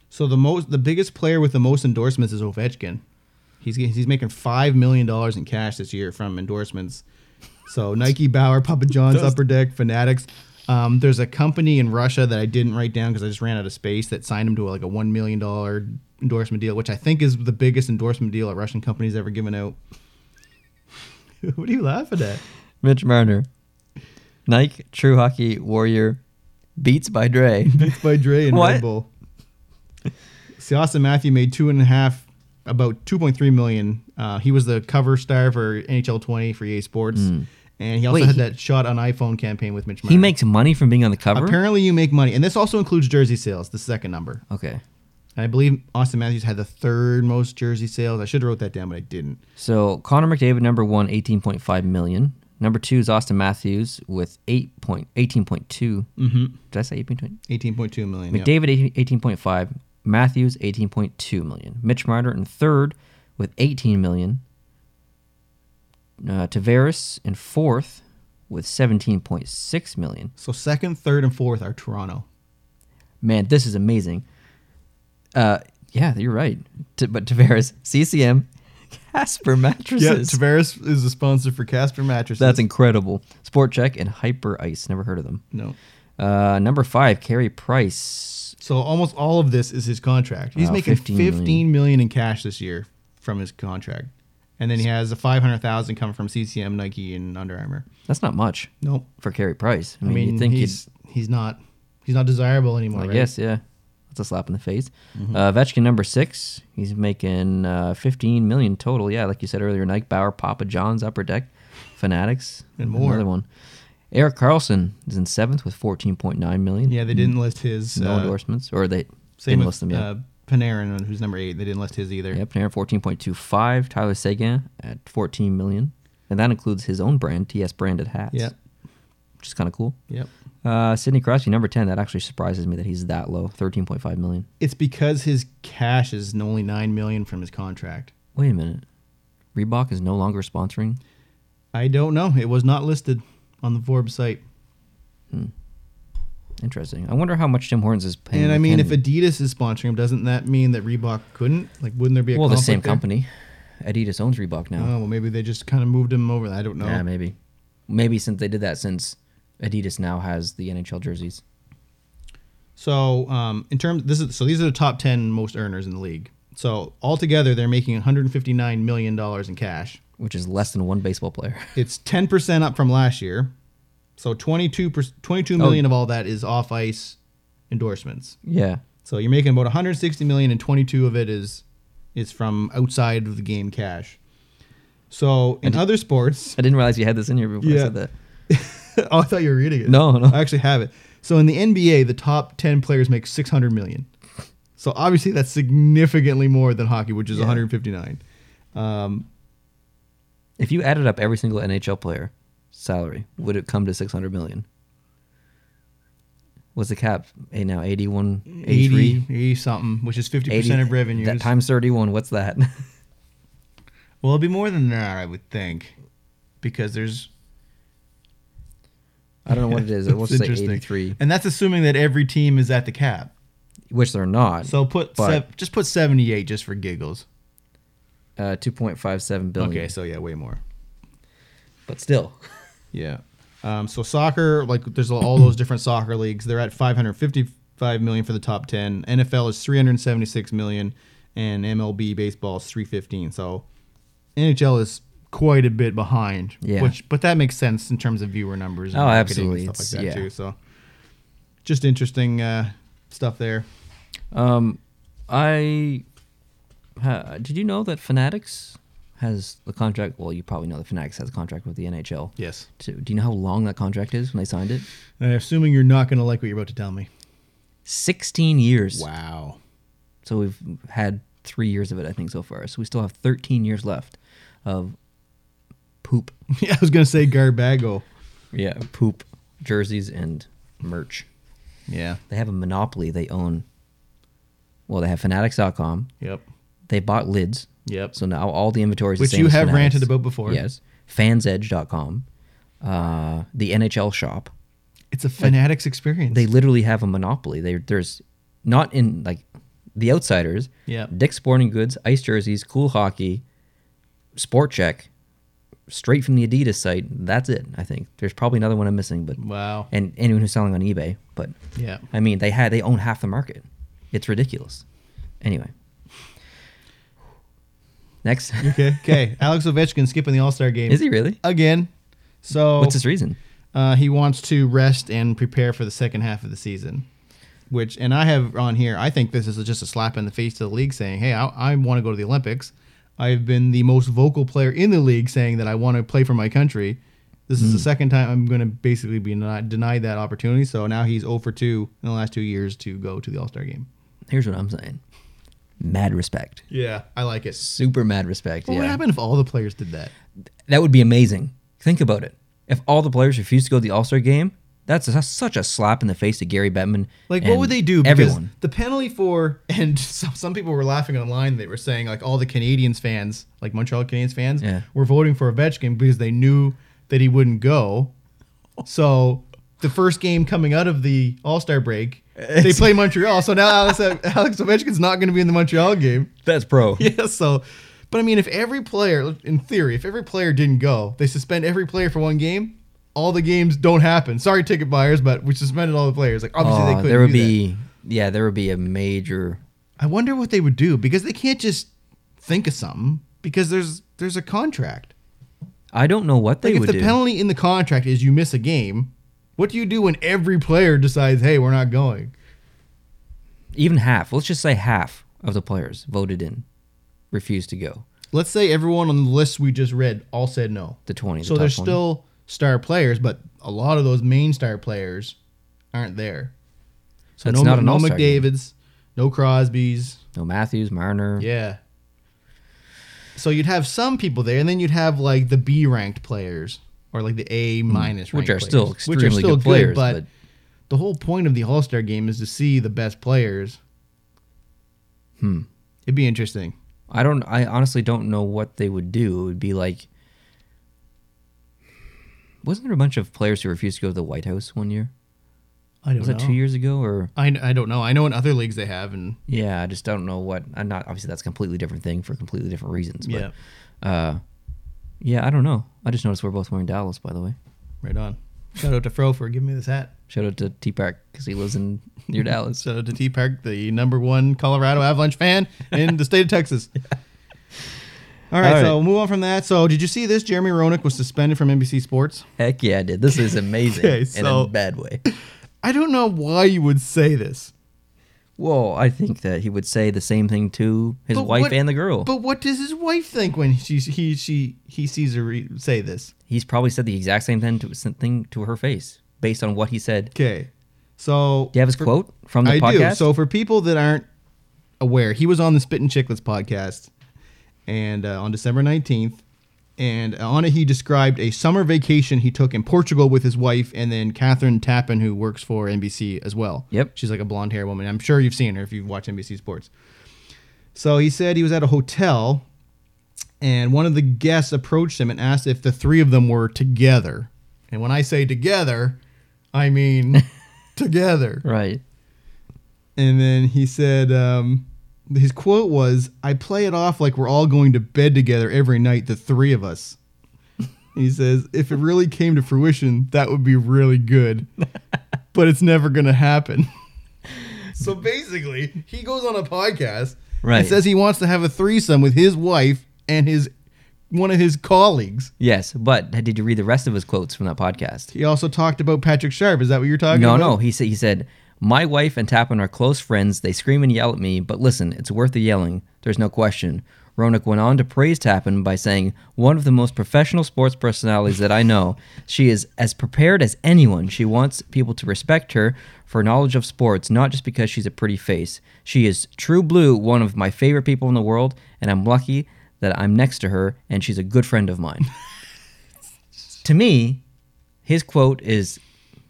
So the most, the biggest player with the most endorsements is Ovechkin. He's getting- he's making five million dollars in cash this year from endorsements. So Nike, Bauer, Papa John's, Upper Deck, Fanatics. Um, there's a company in Russia that I didn't write down because I just ran out of space that signed him to like a one million dollar endorsement deal, which I think is the biggest endorsement deal a Russian company's ever given out. what are you laughing at?
Mitch Marner, Nike, True Hockey, Warrior, Beats by Dre.
Beats by Dre and
What?
Red Bull. Siasa Matthew made two and a half, about two point three million. Uh, he was the cover star for NHL 20 for EA Sports, and he also
Hmm. Wait,
had
he-
that shot on iPhone campaign with Mitch.
he
Marner.
makes money from being on the cover?
apparently you make money, and this also includes jersey sales. The second number,
okay.
and I believe Austin Matthews had the third most jersey sales. I should have wrote that down, but I didn't.
So Connor McDavid number one, eighteen point five million. Number two is Austin Matthews with 8 point, 18.2.
Mm-hmm.
Did I say 18.2?
18.2 million. yeah.
McDavid, 18, 18.5. Matthews, 18.2 million. Mitch Marner in third with 18 million. Uh, Tavares in fourth with 17.6 million.
So second, third, and fourth are Toronto.
Man, this is amazing. Uh, yeah, you're right. T- but Tavares, CCM, Casper
Yeah,
mattresses.
Tavares is a sponsor for Casper Mattresses.
That's incredible. Sport Check and Hyper Ice. Never heard of them.
no.
Uh, number five, Carey Price.
So almost all of this is his contract. He's
Wow,
making
15
15
million.
million. in cash this year from his contract. And then he has a 500,000 coming from CCM, Nike and Under Armour.
That's not much
Nope.
for Carey Price. I
I
mean,
mean,
you think he's,
he's he's not he's not desirable anymore,
I
right?
guess, yeah. That's a slap in the face.
Mm-hmm.
Uh, Ovechkin number six. He's making uh, 15 million total. Yeah, like you said earlier, Nike Bauer, Papa John's, Upper Deck, Fanatics,
And more.
Another one. Eric Carlson is in seventh with 14.9 million.
Yeah, they didn't list his
no
uh,
endorsements, or they didn't
Same with
list them yet.
uh, Panarin, who's number eight. They didn't list his either.
Yep, Panarin fourteen point two five. Tyler Seguin at fourteen million, and that includes his own brand, TS branded hats.
Yep.
which is kind of cool.
Yep.
Uh, Sidney Crosby, number ten. That actually surprises me that he's that low, thirteen point five million.
It's because his cash is only nine million from his contract.
Wait a minute, Reebok is no longer sponsoring.
I don't know. It was not listed on the Forbes site.
Interesting. I wonder how much Tim Hortons is paying.
And I mean, if
it
Adidas is sponsoring him, doesn't that mean that Reebok couldn't? Like, wouldn't there be a
well, the same
conflict
company, Adidas owns Reebok
there?
now.
Oh well, maybe they just kind of moved him over. I don't know.
Yeah, maybe, maybe since they did that, since Adidas now has the NHL jerseys.
So, um, in terms, this is so these are the top ten most earners in the league. So altogether, they're making 159 million dollars in cash.
Which is less than one baseball player.
It's 10 percent up from last year. So 22 per,
Oh.
22 million of all that is off ice endorsements.
yeah,
So you're making about 160 million, and 22 of it is is from outside of the game cash. So in other sports,
I didn't realize you had this in here before I
Yeah.
said that.
oh, I thought you were reading it.
No, no.
I actually have it. So in the NBA, the top 10 players make 600 million. So obviously that's significantly more than hockey, which is
Yeah.
159.
If you added up every single NHL player salary, would it come to 600 million? What's the cap? Hey, now 81, 83,
80, 80 something, which is 50%
80
of revenues.
That times 31, what's that?
Well, it'll be more than that, I would think, because there's
I don't know what it is. It
That's
looks like
interesting.
83,
and that's assuming that every team is at the cap.
which they're not.
So put
But-
sev- just put 78 just for giggles.
uh, 2.57 billion.
Okay, so yeah, way more.
But still,
Yeah. Um, so soccer, like there's all those different soccer leagues. They're at 555 million for the top 10. NFL is 376 million, and MLB baseball is 315. So NHL is quite a bit behind.
Yeah.
Which, but that makes sense in terms of viewer numbers. And
Oh,
marketing
absolutely.
And stuff like that
It's- yeah.
too. So, just interesting uh, stuff there.
um, I. Ha, did you know that Fanatics has the contract? Well, you probably know that Fanatics has a contract with the NHL.
Yes.
So, do you know how long that contract is when they signed it?
Uh, assuming you're not going to like what you're about to tell me.
16 years.
Wow.
So we've had three years of it, I think, so far. So we still have 13 years left of poop.
yeah, I was going to say Garbago.
Yeah, poop jerseys and merch.
Yeah.
They have a monopoly. They own, well, they have fanatics.com.
Yep.
They bought lids.
Yep.
So now all the inventory is
Which
the same
you
as
have
Fanatics.
ranted about before.
Yes. Fansedge.com, uh, the NHL shop.
It's a fanatics experience.
They literally have a monopoly. They, there's not in like the outsiders.
Yeah.
Dick's Sporting Goods, ice jerseys, cool hockey, sport check, straight from the Adidas site. That's it. I think there's probably another one I'm missing, but
Wow.
and anyone who's selling on eBay. But
Yeah.
I mean, they had they own half the market. It's ridiculous. Anyway, next
Okay. Okay. Alex Ovechkin skipping the All Star game.
is he really?
again? So
What's his reason?
uh, he wants to rest and prepare for the second half of the season. Which and I have on here. I think this is just a slap in the face to the league, saying, "Hey, I, I want to go to the Olympics. I've been the most vocal player in the league, saying that I want to play for my country. This
Hmm.
is the second time I'm going to basically be not denied that opportunity. So now he's 0 for 2 in the last two years to go to the All Star game.
Here's what I'm saying. Mad respect.
Yeah, I like it.
Super mad respect.
What
yeah.
would happen if all the players did that?
That would be amazing. Think about it. if all the players refuse to go to the All Star game, that's, a, such a slap in the face to Gary Bettman.
Like,
and
what would they do? Because
Everyone.
The penalty for, and some, some people were laughing online. They were saying, like, all the Canadians fans, like Montreal Canadiens fans,
Yeah.
were voting for Ovechkin because they knew that he wouldn't go. So the first game coming out of the All Star break, they play Montreal. So now Alex, Alex Ovechkin's not going to be in the Montreal game.
That's pro.
Yeah, so. But I mean, if every player, in theory, if every player didn't go, they suspend every player for one game. All the games don't happen. Sorry, ticket buyers, but we suspended all the players. Like obviously they
Oh,
couldn't.
there would
do that.
be yeah, there would be a major
I wonder what they would do because they can't just think of something because there's there's a contract.
I don't know what they
Like if
would
the
do.
penalty in the contract is you miss a game, what do you do when every player decides, "Hey, we're not going"?
Even half, let's just say half of the players voted in, refused to go.
Let's say everyone on the list we just read all said no.
The twenty. the
so
top
there's
20.
still star players, but a lot of those main star players aren't there. So
That's
no,
not
Ma-
an
no
all-star game.
McDavids, no Crosbys,
no Matthews, Marner.
Yeah. So you'd have some people there, and then you'd have like the B ranked players or like the A minus,
Hmm. Which
ranked
are still
players,
extremely good players, but-
the whole point of the All Star game is to see the best players. Hmm.
Hmm.
It'd be interesting.
I don't. I honestly don't know what they would do. It would be like, wasn't there a bunch of players who refused to go to the White House one year?
I don't
Was
know.
that two years ago or?
I, I don't know. I know in other leagues they have, and
Yeah, I just don't know what. I'm not obviously that's a completely different thing for completely different reasons. But,
yeah,
Uh, yeah, I don't know. I just noticed we're both wearing Dallas, by the way.
right on. Shout out to Fro for giving me this hat.
Shout out to T Park because he lives in near Dallas.
Shout out to T Park, the number one Colorado Avalanche fan in the state of Texas. All right,
All right.
so we'll move on from that. So, did you see this? Jeremy Roenick was suspended from NBC Sports.
Heck yeah, I did. This is amazing
Okay,
in
so-
a bad way.
I don't know why you would say this.
Well, I think that he would say the same thing to his
But
wife
what-
and the girl.
But what does his wife think when she he she he sees her re- say this?
He's probably said the exact same thing to, thing to her face based on what he said.
Okay, so
Do you have his quote from the
I
podcast?
do. So for people that aren't aware, he was on the Spit and Chicklets podcast, and uh, on December nineteenth, and on it he described a summer vacation he took in Portugal with his wife and then Catherine Tappan, who works for NBC as well.
Yep.
she's like a blonde hair woman. I'm sure you've seen her if you've watched NBC Sports. So he said he was at a hotel, and one of the guests approached him and asked if the three of them were together. And when I say together, I mean together.
right.
And then he said, um, his quote was, I play it off like we're all going to bed together every night, the three of us. And he says, if it really came to fruition, that would be really good, but it's never going to happen. so basically, he goes on a podcast
Right.
and says he wants to have a threesome with his wife and his one of his colleagues.
Yes, but did you read the rest of his quotes from that podcast?
He also talked about Patrick Sharp. Is that what you're talking
No,
about?
no. He said he said my wife and Tappan are close friends. They scream and yell at me, but listen, it's worth the yelling. There's no question. Roenick went on to praise Tappan by saying, "One of the most professional sports personalities that I know. She is as prepared as anyone. She wants people to respect her for knowledge of sports, not just because she's a pretty face. She is true blue, one of my favorite people in the world, and I'm lucky that I'm next to her and she's a good friend of mine." to me, his quote is,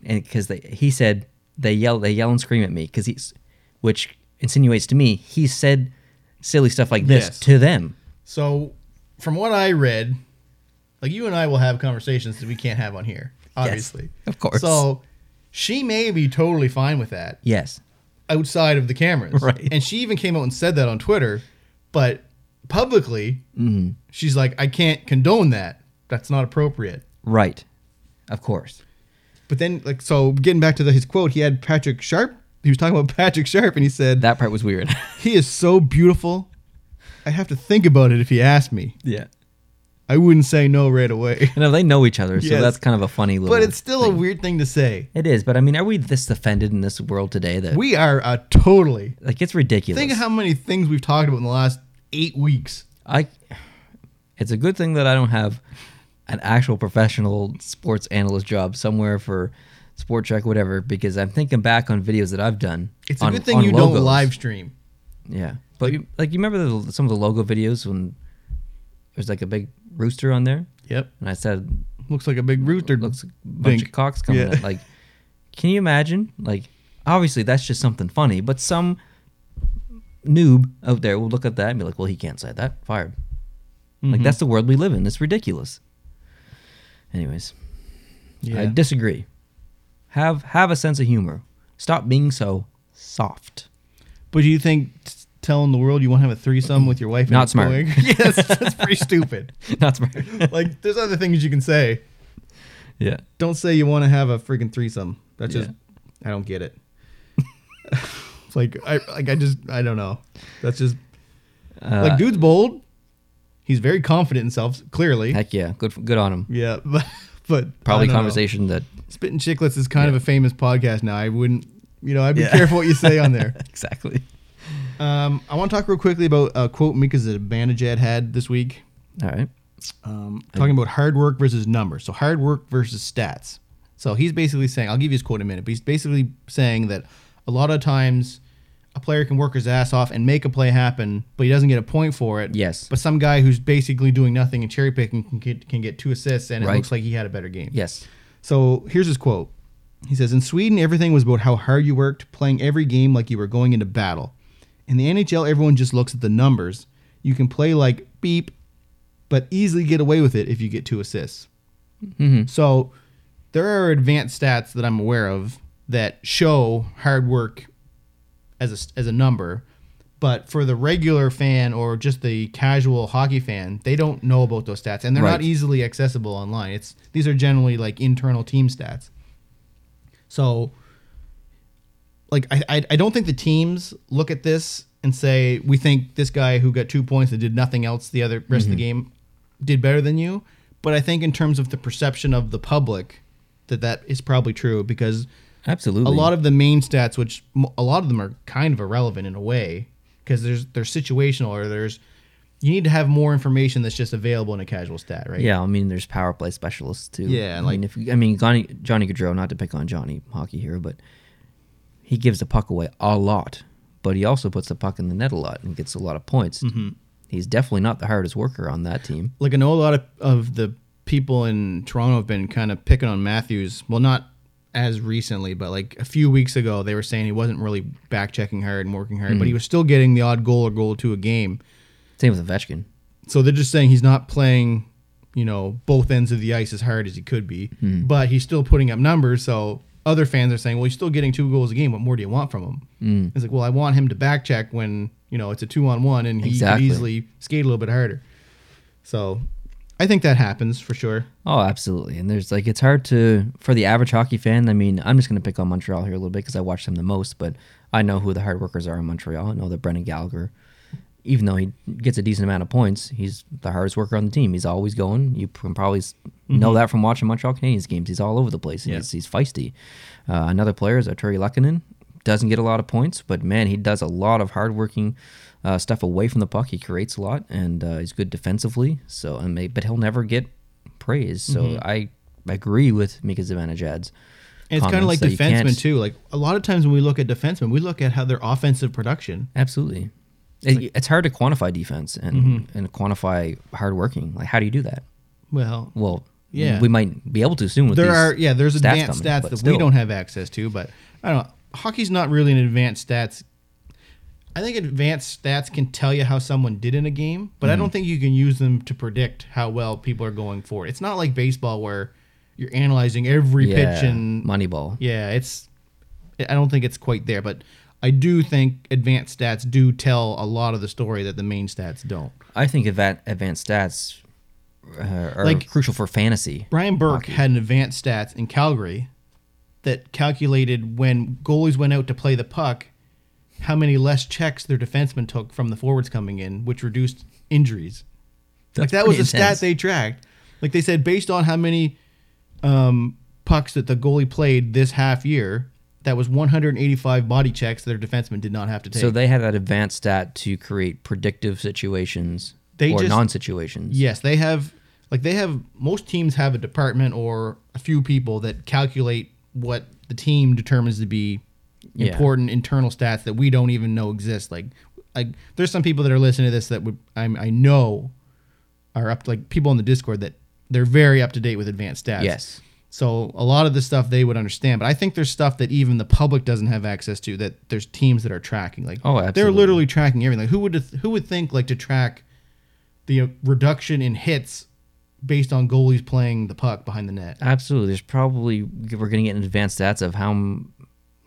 and because he said they yell, they yell and scream at me because he's, which insinuates to me he said silly stuff like this
Yes.
to them.
So, from what I read, like you and I will have conversations that we can't have on here, obviously.
of course.
So, she may be totally fine with that
Yes,
outside of the cameras.
Right.
And she even came out and said that on Twitter, but publicly,
Mm-hmm.
she's like, I can't condone that. That's not appropriate.
right, of course.
But then, like, so getting back to the, his quote, he had Patrick Sharp. He was talking about Patrick Sharp, and he said,
That part was weird.
He is so beautiful. I have to think about it if he asked me.
yeah.
I wouldn't say no right away.
No, they know each other, so
Yes.
that's kind of a funny little.
But it's still a weird thing to say.
it is. But I mean, are we this offended in this world today that
We are uh, totally.
like it's ridiculous?
Think of how many things we've talked about in the last eight weeks.
I it's a good thing that I don't have an actual professional sports analyst job somewhere for sport check whatever because I'm thinking back on videos that I've done.
It's a
on-
good thing
on
you
logos.
don't live stream.
Yeah, but you, like you remember the, some of the logo videos when there's like a big rooster on there,
Yep.
and I said
looks like a big rooster.
looks like a bunch
dink.
of cocks coming
Yeah.
out. Like, can you imagine? Like, obviously that's just something funny, but some noob out there will look at that and be like, "Well, he can't say that. Fired."
Mm-hmm.
Like that's the world we live in. It's ridiculous. Anyways,
yeah.
I disagree. Have have a sense of humor. Stop being so soft.
but do you think t- telling the world you want to have a threesome with your wife? and
Not
your
smart.
colleague- yes, that's pretty stupid.
That's smart.
Like, there's other things you can say.
yeah.
Don't say you want to have a freaking threesome. That's
Yeah.
just, I don't get it. it's like I like I just I don't know. That's just
Uh,
like dude's bold. He's very confident in self, clearly.
Heck yeah. Good good on him.
yeah, but but
Probably
I don't know.
conversation that
Spitting Chicklets is kind of a famous podcast now. I wouldn't, you know, I'd be
Yeah.
careful what you say on there.
exactly.
Um, I want to talk real quickly about a quote Mika Zibanejad had this week,
All right.
um, talking about hard work versus numbers. So hard work versus stats. So he's basically saying, I'll give you his quote in a minute, but he's basically saying that a lot of times a player can work his ass off and make a play happen, but he doesn't get a point for it.
Yes.
But some guy who's basically doing nothing and cherry picking can get, can get two assists, and it
Right.
looks like he had a better game.
Yes.
So here's his quote. He says, In Sweden, everything was about how hard you worked, playing every game like you were going into battle. In the NHL, everyone just looks at the numbers. You can play like beep, but easily get away with it if you get two assists. So there are advanced stats that I'm aware of that show hard work as a, as a number. But for the regular fan or just the casual hockey fan, they don't know about those stats, and they're not
Right.
easily accessible online. It's these are generally like internal team stats. So, like I, I I don't think the teams look at this and say we think this guy who got two points and did nothing else the other rest of the game did better than you. But I think in terms of the perception of the public, that that is probably true because
Absolutely.
a lot of the main stats, which m- a lot of them are kind of irrelevant in a way, because there's they're situational or there's you need to have more information that's just available in a casual stat, right?
Yeah, I mean, there's power play specialists too.
Yeah,
I
like-
mean, if I mean Johnny Johnny Gaudreau, not to pick on Johnny hockey hero, but he gives the puck away a lot, but he also puts the puck in the net a lot and gets a lot of points.
Mm-hmm.
He's definitely not the hardest worker on that team.
Like I know a lot of, of the people in Toronto have been kind of picking on Matthews. Well, not as recently, but like a few weeks ago, they were saying he wasn't really back checking hard and working hard,
Hmm.
but he was still getting the odd goal or goal to a game.
Same with Ovechkin.
so they're just saying he's not playing you know both ends of the ice as hard as he could be
Hmm.
but he's still putting up numbers so other fans are saying well he's still getting two goals a game what more do you want from him
Hmm.
it's like well i want him to back check when you know it's a two on one and he
Exactly.
could easily skate a little bit harder so i think that happens for sure
Oh, absolutely. And there's like it's hard to for the average hockey fan. I mean, I'm just gonna pick on Montreal here a little bit because I watch them the most, but I know who the hard workers are in Montreal. I know that Brendan Gallagher, even though he gets a decent amount of points, he's the hardest worker on the team. He's always going. You can probably s know that from watching Montreal Canadiens games. He's all over the place. He's, he's feisty. Uh, another player is Arturi Lekkinen. Doesn't get a lot of points, but man, he does a lot of hardworking uh, stuff away from the puck. He creates a lot, and uh, he's good defensively. So, and they, but he'll never get praise. So I agree with Mika Zibanejad's.
and Mm-hmm. it's kind of
comments
like
that you can't-
defensemen too like a lot of times when we look at defensemen we look at how their offensive production
Absolutely. It- it's hard to quantify defense and
Mm-hmm.
and quantify hard working. Like, how do you do that?
well
Well,
Yeah.
we might be able to soon. With
there
these
are yeah there's
stats coming,
advanced stats
but
that we
still.
don't have access to but i don't know hockey's not really an advanced stats i think advanced stats can tell you how someone did in a game but
Hmm.
i don't think you can use them to predict how well people are going for it it's not like baseball where you're analyzing every
yeah,
pitch and
Moneyball.
yeah it's i don't think it's quite there but i do think advanced stats do tell a lot of the story that the main stats don't
I think adva- advanced stats uh, are
Like-
crucial for fantasy.
Brian Burke had an advanced stats in Calgary that calculated when goalies went out to play the puck, how many less checks their defensemen took from the forwards coming in, which reduced injuries.
That's
like that was a
pretty intense.
stat they tracked. Like they said, based on how many um, pucks that the goalie played this half year, that was 185 body checks their defensemen did not have to take.
So they have that advanced stat to create predictive situations
They
or
just-
non-situations.
Yes, they have like they have most teams have a department or a few people that calculate what the team determines to be
Yeah.
important internal stats that we don't even know exist. Like like there's some people that are listening to this that would I'm, I know are up like people in the Discord that they're very up to date with advanced stats.
Yes.
So a lot of the stuff they would understand, but I think there's stuff that even the public doesn't have access to. That there's teams that are tracking, like
Oh,
they're
absolutely.
literally tracking everything. Like, who would who would think like to track the uh, reduction in hits based on goalies playing the puck behind the net?
Absolutely. There's probably we're going to get advanced stats of how m-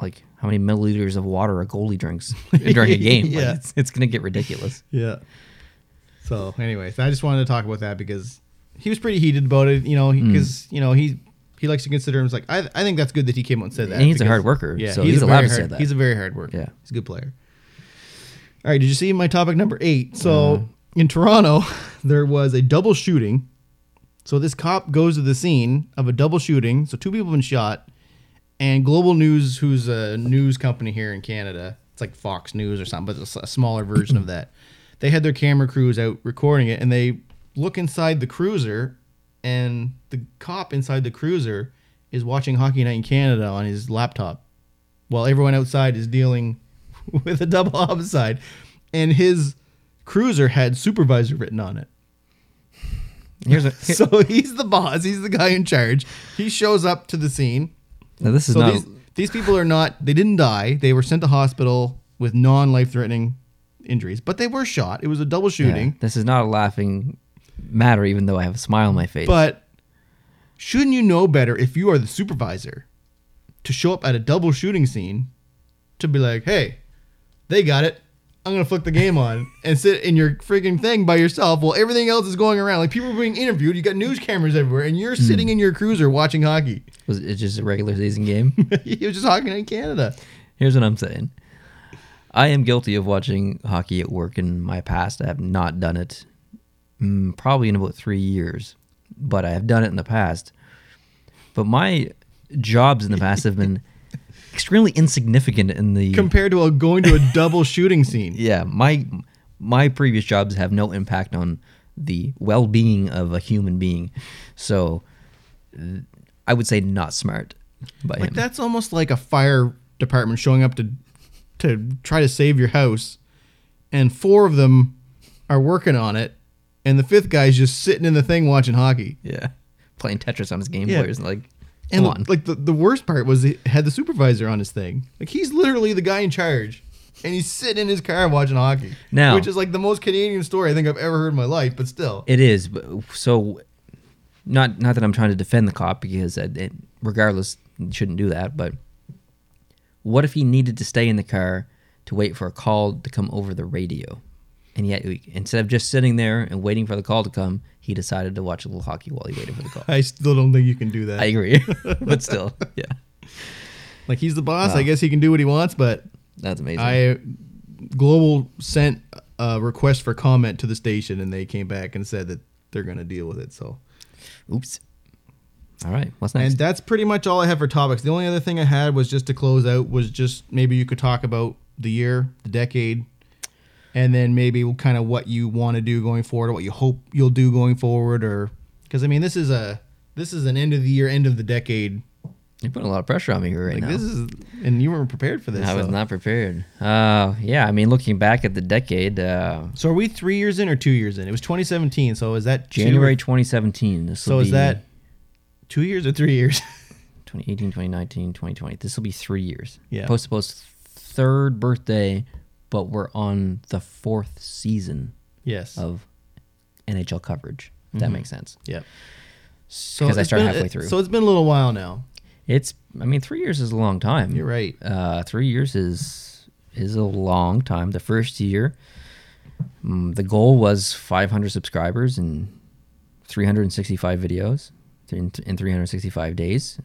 like how many milliliters of water a goalie drinks during a game. Like,
Yeah.
it's, it's going to get ridiculous.
Yeah. So, anyways, I just wanted to talk about that because he was pretty heated about it. You know,
Mm.
because you know he he likes to consider him as like I, I think that's good that he came out and said that.
And he's a
because-
hard worker, so he's
a
allowed
very
to say
hard-
that.
He's a very hard worker.
Yeah.
he's a good player. All right, did you see my topic number eight? So
Uh-huh.
in Toronto, there was a double shooting. So this cop goes to the scene of a double shooting. So two people have been shot, and Global News, who's a news company here in Canada, it's like Fox News or something, but it's a s- smaller version of that. They had their camera crews out recording it, and they look inside the cruiser, and the cop inside the cruiser is watching Hockey Night in Canada on his laptop, while everyone outside is dealing with a double homicide, and his cruiser had supervisor written on it.
Here's a, here-
So he's the boss. He's the guy in charge. He shows up to the scene.
now this is
So
not
these, these people are not. They didn't die. They were sent to hospital with non-life-threatening injuries, but they were shot. It was a double
yeah,
shooting.
this is not a laughing matter even though I have a smile on my face.
But shouldn't you know better if you are the supervisor to show up at a double shooting scene to be like, hey, they got it. I'm gonna flick the game on and sit in your freaking thing by yourself while everything else is going around. Like people are being interviewed. You got news cameras everywhere, and
Hmm.
you're sitting in your cruiser watching hockey.
was it just a regular season game?
it was just hockey night in Canada.
Here's what I'm saying. I am guilty of watching hockey at work in my past. I have not done it mm, probably in about three years, but I have done it in the past. But my jobs in the past have been extremely insignificant in the
compared to a, going to a double shooting scene.
yeah my my previous jobs have no impact on the well-being of a human being. So th- I would say not smart by
Like
him.
that's almost like a fire department showing up to to try to save your house, and four of them are working on it, and the fifth guy's just sitting in the thing watching hockey.
Yeah, playing Tetris on his Game
Yeah.
Boy is like come
And the-
on.
like the, the worst part was it had the supervisor on his thing. Like he's literally the guy in charge. And he's sitting in his car watching hockey.
Now-
Which is like the most Canadian story I think I've ever heard in my life, but still.
It is, but so not not that I'm trying to defend the cop because it, it, regardless you shouldn't do that. But what if he needed to stay in the car to wait for a call to come over the radio, and yet we, instead of just sitting there and waiting for the call to come, he decided to watch a little hockey while he waited for the call.
I still don't think you can do that.
I agree, but still, yeah,
like he's the boss. I guess he can do what he wants, but
that's amazing.
I Global sent a request for comment to the station, and they came back and said that they're going to deal with it. So,
Oops. All right, what's next?
and that's pretty much all I have for topics. The only other thing I had was just to close out was just maybe you could talk about the year, the decade, and then maybe kind of what you want to do going forward, or what you hope you'll do going forward, or because I mean this is a this is an end of the year, end of the decade.
You're putting a lot of pressure on me right
Like
now.
this is, and you weren't prepared for this.
I was
so.
not prepared. Uh, yeah, I mean, looking back at the decade, uh,
So are we three years in or two years in? It was 2017. So is that two or
January 2017. This
So
will
is
be
that two years or three years?
2018, 2019, 2020. This will be three years.
Yeah.
Post to Post's third birthday, but we're on the fourth season
yes.
of NHL coverage. If That makes sense.
yep. Mm-hmm. So
Because I
it's
started
been- uh,
halfway through.
So it's been a little while now.
It's, I mean, three years is a long time.
You're right.
Uh, three years is is a long time. The first year, mm, the goal was 500 subscribers and 365 videos in, in 365 days.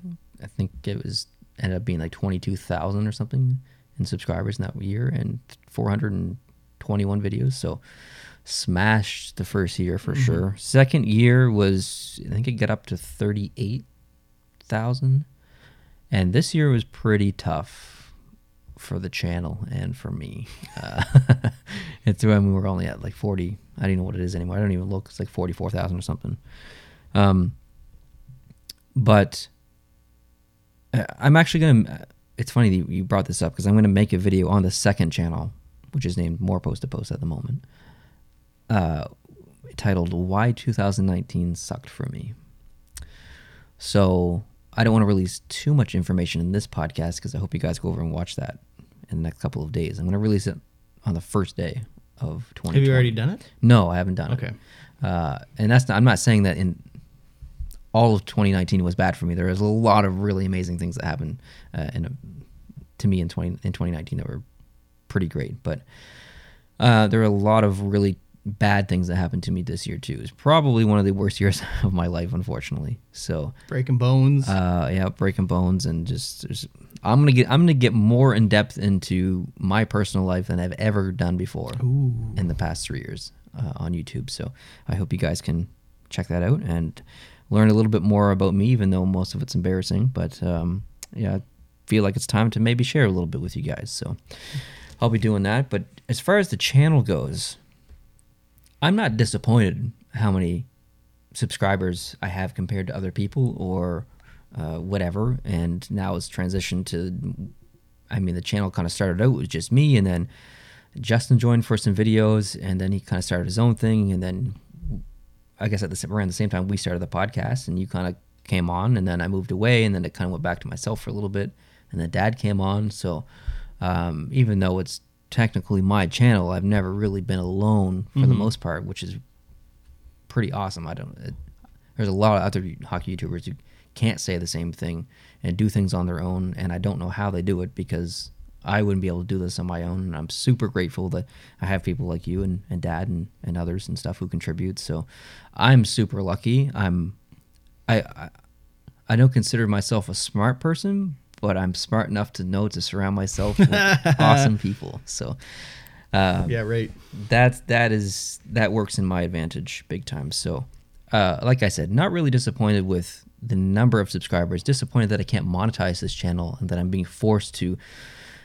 I think it was ended up being like 22,000 or something in subscribers in that year and 421 videos. So smashed the first year for sure. Second year was I think it got up to 38,000 and this year was pretty tough for the channel and for me. Uh, it's when we were only at like 40. I don't even know what it is anymore. I don't even look. It's like 44,000 or something. Um, but I- I'm actually going to. It's funny that you brought this up because I'm going to make a video on the second channel, which is named More Post to Post at the moment, uh, titled Why 2019 Sucked for Me. So I don't want to release too much information in this podcast because I hope you guys go over and watch that in the next couple of days. I'm going to release it on the first day of 2020.
Have you already done it?
No, I haven't done it.
Okay.
Uh, and that's not, I'm not saying that in all of 2019 was bad for me. There was a lot of really amazing things that happened uh, in to me in 20 in 2019 that were pretty great. But uh, there were a lot of really bad things that happened to me this year too. It's probably one of the worst years of my life, unfortunately. So
Breaking bones.
uh, yeah, breaking bones and just there's, I'm gonna get I'm gonna get more in depth into my personal life than I've ever done before in the past three years uh, on YouTube. So I hope you guys can check that out and learn a little bit more about me, even though most of it's embarrassing. But um, yeah, I feel like it's time to maybe share a little bit with you guys. So I'll be doing that. But as far as the channel goes, I'm not disappointed how many subscribers I have compared to other people or uh, whatever. And now it's transitioned to, I mean, the channel kind of started out with just me, and then Justin joined for some videos, and then he kind of started his own thing, and then I guess at the same- around the same time we started the podcast, and you kind of came on, and then I moved away, and then it kind of went back to myself for a little bit, and then Dad came on. So um, even though it's technically my channel, I've never really been alone for the most part, which is pretty awesome. I don't. It, there's a lot of other hockey YouTubers who can't say the same thing and do things on their own, and I don't know how they do it because I wouldn't be able to do this on my own. And I'm super grateful that I have people like you and, and Dad and, and others and stuff who contribute. So I'm super lucky. I'm I, I I don't consider myself a smart person, but I'm smart enough to know to surround myself with awesome people. So
yeah, right.
that's that is that works in my advantage big time. So, uh, like I said, not really disappointed with the number of subscribers. Disappointed that I can't monetize this channel and that I'm being forced to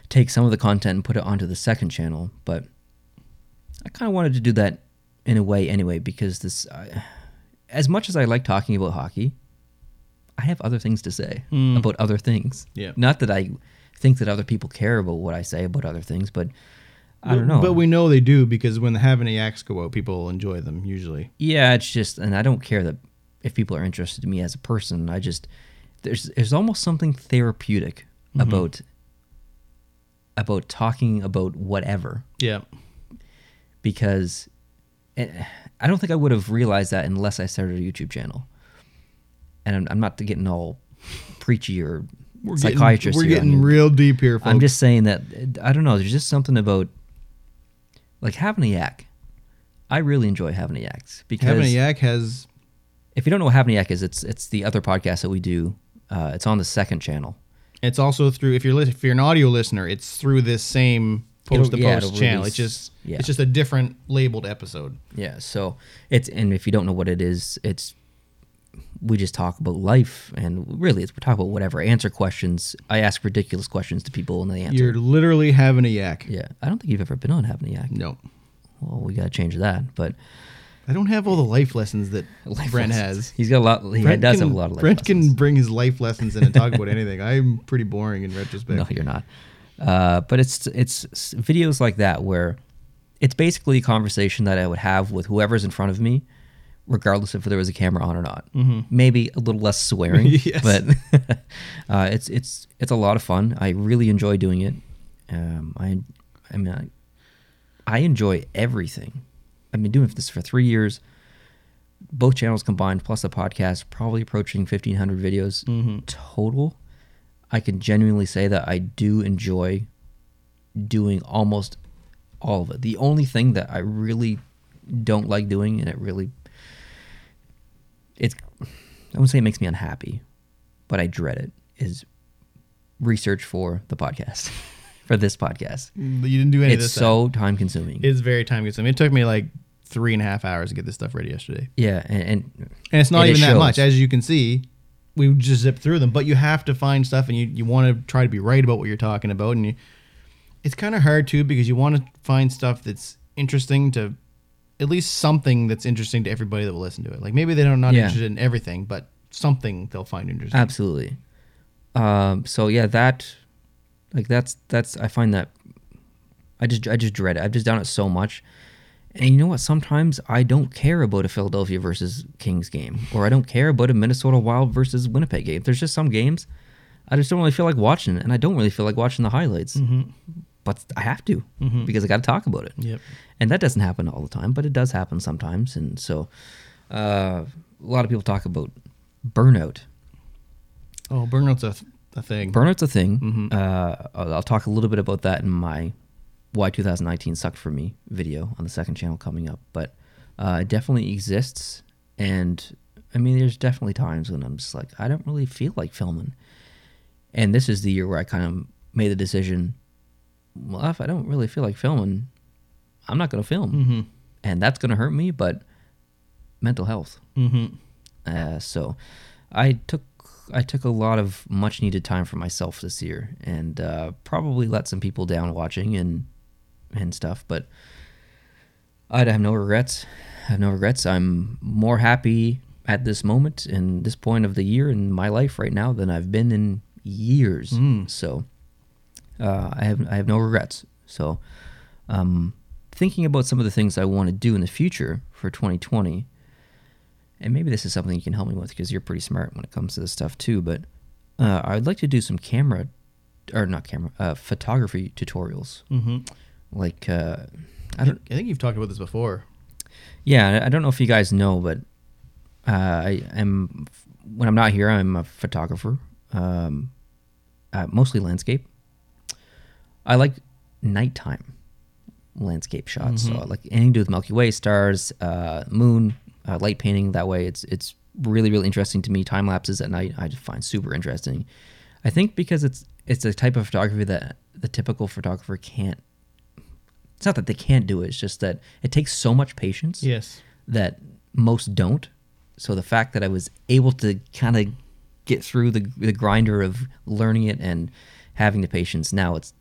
take some of the content and put it onto the second channel. But I kind of wanted to do that in a way anyway because this, I, as much as I like talking about hockey, I have other things to say about other things.
Hmm. Yeah.
Not that I think that other people care about what I say about other things, but I don't
But-
know.
But we know they do because when the Havana acts go out, people enjoy them usually.
Yeah, it's just, and I don't care that if people are interested in me as a person. I just there's there's almost something therapeutic
Mm-hmm.
about about talking about whatever
Yeah.
because and I don't think I would have realized that unless I started a YouTube channel. And I'm, I'm not getting all preachy or psychiatrist. here
Getting, we're
on
getting
you.
real deep here, folks.
I'm just saying that I don't know. There's just something about like having a yak. I really enjoy having a yak because
Havana Yak has
if you don't know what Havniak is, it's it's the other podcast that we do. Uh, it's on the second channel.
It's also through if you're lis- if you're an audio listener, it's through this same post to
It'll- yeah,
post
it'll
channel.
release.
It's just
Yeah.
it's just a different labeled episode.
Yeah. So it's and if you don't know what it is, it's we just talk about life and really it's we talk about whatever. Answer questions. I ask ridiculous questions to people and they answer.
You're literally having a yak.
yeah. I don't think you've ever been on Havniak.
No,
Well, we gotta change that. But
I don't have all the life lessons that
life
Brent
lessons.
has.
He's got a lot. He
Brent
does
can-
have a lot of life
Brent
lessons.
can bring his life lessons in and talk about anything. I'm pretty boring in retrospect.
No, you're not. Uh, but it's it's s- videos like that where it's basically a conversation that I would have with whoever's in front of me, regardless if there was a camera on or not. Maybe a little less swearing,
Yes.
but uh, it's it's it's a lot of fun. I really enjoy doing it. Um, I I mean I, I enjoy everything. I've been doing this for three years. Both channels combined, plus the podcast, probably approaching fifteen hundred videos total. I can genuinely say that I do enjoy doing almost all of it. The only thing that I really don't like doing, and it really, it's, I wouldn't say it makes me unhappy, but I dread it, is research for the podcast, for this podcast.
You didn't do any of
It's
this.
so time consuming.
it's very time consuming. It took me like three and a half hours to get this stuff ready yesterday,
yeah, and, and
and it's not
And it
even that
shows.
much, as you can see. We just zip through them, but you have to find stuff, and you, you want to try to be right about what you're talking about, and you it's kind of hard too because you want to find stuff that's interesting to at least something that's interesting to everybody that will listen to it. Like maybe they're not
Yeah. Uh,
interested in everything, but something they'll find interesting.
Absolutely. Um, so yeah, that like that's that's I find that I just I just dread it. I've just done it so much, and you know what? Sometimes I don't care about a Philadelphia versus Kings game, or I don't care about a Minnesota Wild versus Winnipeg game. There's just some games I just don't really feel like watching, it, and I don't really feel like watching the highlights. But I have to because I got to talk about it.
Yep.
And that doesn't happen all the time, but it does happen sometimes. And so, uh, a lot of people talk about burnout.
Oh, burnout's a, th- a thing.
Burnout's a thing. Uh, I'll I'll talk a little bit about that in my "Why 2019 Sucked for Me" video on the second channel coming up. But uh, it definitely exists, and I mean, there's definitely times when I'm just like, I don't really feel like filming. And this is the year where I kind of made the decision. Well, if I don't really feel like filming, I'm not going to film, and that's going to hurt me. But mental health.
Mm-hmm.
Uh, so I took I took a lot of much needed time for myself this year, and uh, probably let some people down watching and and stuff. But I have no regrets. I have no regrets. I'm more happy at this moment and this point of the year in my life right now than I've been in years. So uh, I have I have no regrets. So um, thinking about some of the things I want to do in the future for 2020 and maybe this is something you can help me with because you're pretty smart when it comes to this stuff too. But uh, I'd like to do some camera, or not camera, uh, photography tutorials.
Mm-hmm.
Like, uh, I
I,
don't,
think, I think you've talked about this before.
yeah, I- I don't know if you guys know, but uh, I am when I'm not here, I'm a photographer, um, uh, mostly landscape. I like nighttime landscape shots, so I like anything to do with Milky Way, stars, uh, moon, uh, light painting. That way, it's it's really really interesting to me. Time lapses at night, I just find super interesting. I think because it's it's a type of photography that the typical photographer can't. It's not that they can't do it; it's just that it takes so much patience
Yes.
that most don't. So the fact that I was able to kind of get through the the grinder of learning it and having the patience, now it's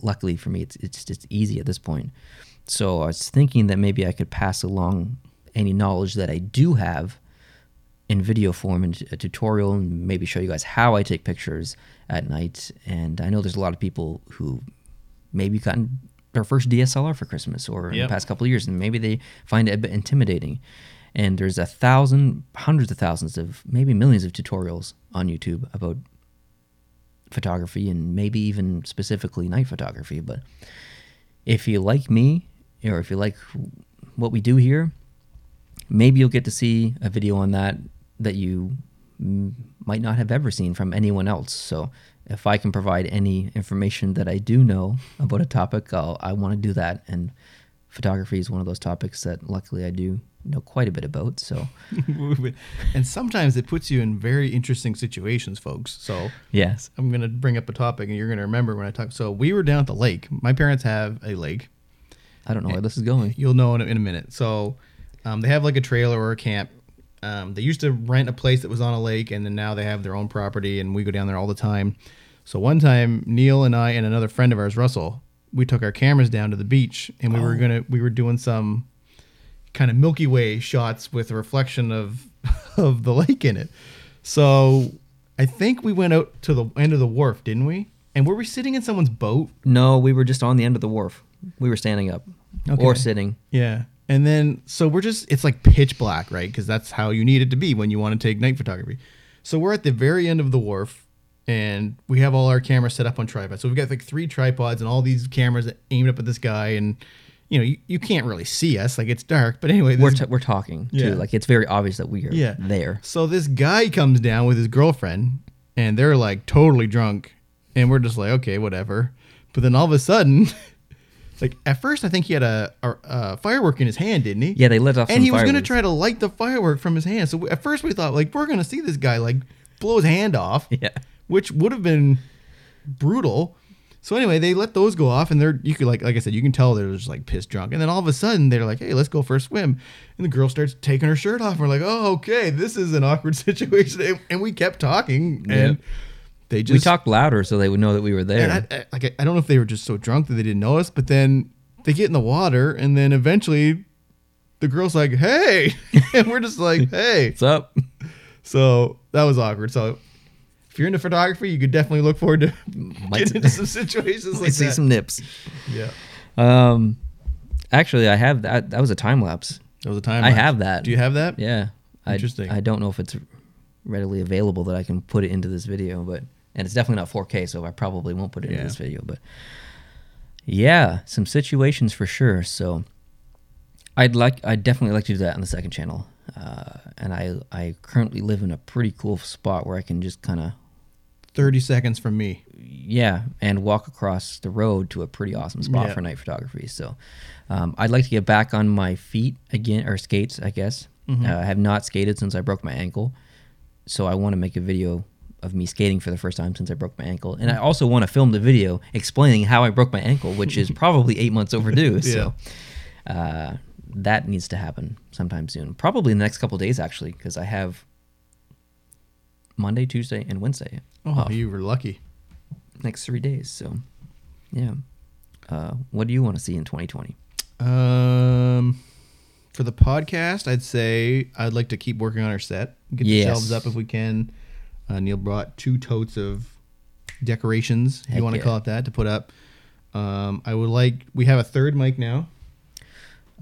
luckily for me, it's it's it's easy at this point. So I was thinking that maybe I could pass along any knowledge that I do have in video form and a tutorial and maybe show you guys how I take pictures at night. And I know there's a lot of people who maybe gotten their first DSLR for Christmas or in the
Yep.
past couple of years, and maybe they find it a bit intimidating. And there's a thousand, hundreds of thousands of maybe millions of tutorials on YouTube about photography and maybe even specifically night photography. But if you like me or if you like what we do here, maybe you'll get to see a video on that that you mm, might not have ever seen from anyone else. So if I can provide any information that I do know about a topic, I'll, I want to do that. And photography is one of those topics that luckily I do know quite a bit about. So
and sometimes it puts you in very interesting situations, folks. So
yes,
I'm going to bring up a topic and you're going to remember when I talk. So we were down at the lake. My parents have a lake.
I don't know where this is going.
You'll know in a, in a minute. So um, they have like a trailer or a camp. Um, they used to rent a place that was on a lake, and then now they have their own property, and we go down there all the time. So one time, Neil and I and another friend of ours, Russell, we took our cameras down to the beach, and we were gonna we were doing some kind of Milky Way shots with a reflection of of the lake in it. So I think we went out to the end of the wharf, didn't we? And were we sitting in someone's boat?
No, we were just on the end of the wharf. We were standing up or sitting.
Yeah. And then, so we're just, it's like pitch black, right? Because that's how you need it to be when you want to take night photography. So we're at the very end of the wharf and we have all our cameras set up on tripods. So we've got like three tripods and all these cameras aimed up at this guy. And, you know, you, you can't really see us. Like it's dark. But anyway, this
We're, t- we're talking
Yeah.
too. Like it's very obvious that we are
Yeah.
there.
so this guy comes down with his girlfriend, and they're like totally drunk, and we're just like, okay, whatever. But then all of a sudden, like at first, I think he had a, a, a firework in his hand, didn't he?
Yeah, they lit off
And
some
he was gonna
fireworks.
try to light the firework from his hand. So at first, we thought like we're gonna see this guy like blow his hand off,
Yeah.
which would have been brutal. So anyway, they let those go off, and they're you could like like I said, you can tell they're just like pissed drunk. And then all of a sudden, they're like, "Hey, let's go for a swim." And the girl starts taking her shirt off. And we're like, "Oh, okay, this is an awkward situation." And, and we kept talking, and they
We
just
talked louder so they would know that we were there.
and I, I, like I- I don't know if they were just so drunk that they didn't notice, but then they get in the water, and then eventually, the girl's like, "Hey," and we're just like, "Hey."
What's up?
So that was awkward. So if you're into photography, you could definitely look forward to
Might-
getting into some situations
I
like
see
that.
some nips.
yeah.
Um, Actually, I have that. That was a time lapse.
That was a time.
I
lapse.
have that.
Do you have that?
Yeah. I-
Interesting.
I, don't know if it's readily available that I can put it into this video, but and it's definitely not 4K, so I probably won't put it
Yeah.
into this video. But yeah, some situations for sure. So I'd like, I would definitely like to do that on the second channel. Uh, and I, I currently live in a pretty cool spot where I can just kind of
Thirty seconds from me.
yeah, and walk across the road to a pretty awesome spot
Yeah.
for night photography. So, um, I'd like to get back on my feet again, or skates, I guess. Uh, I have not skated since I broke my ankle, so I want to make a video of me skating for the first time since I broke my ankle, and I also want to film the video explaining how I broke my ankle, which is probably eight months overdue. So, uh, that needs to happen sometime soon, probably in the next couple days actually, because I have Monday, Tuesday, and Wednesday
Oh, you were lucky.
next three days. So, yeah. Uh, what do you want to see in 2020?
Um, for the podcast, I'd say I'd like to keep working on our set. Get
Yes.
the shelves up if we can. Uh, Neil brought two totes of decorations, if
Heck
you want to
yeah.
call it that, to put up. Um, I would like. We have a third mic now.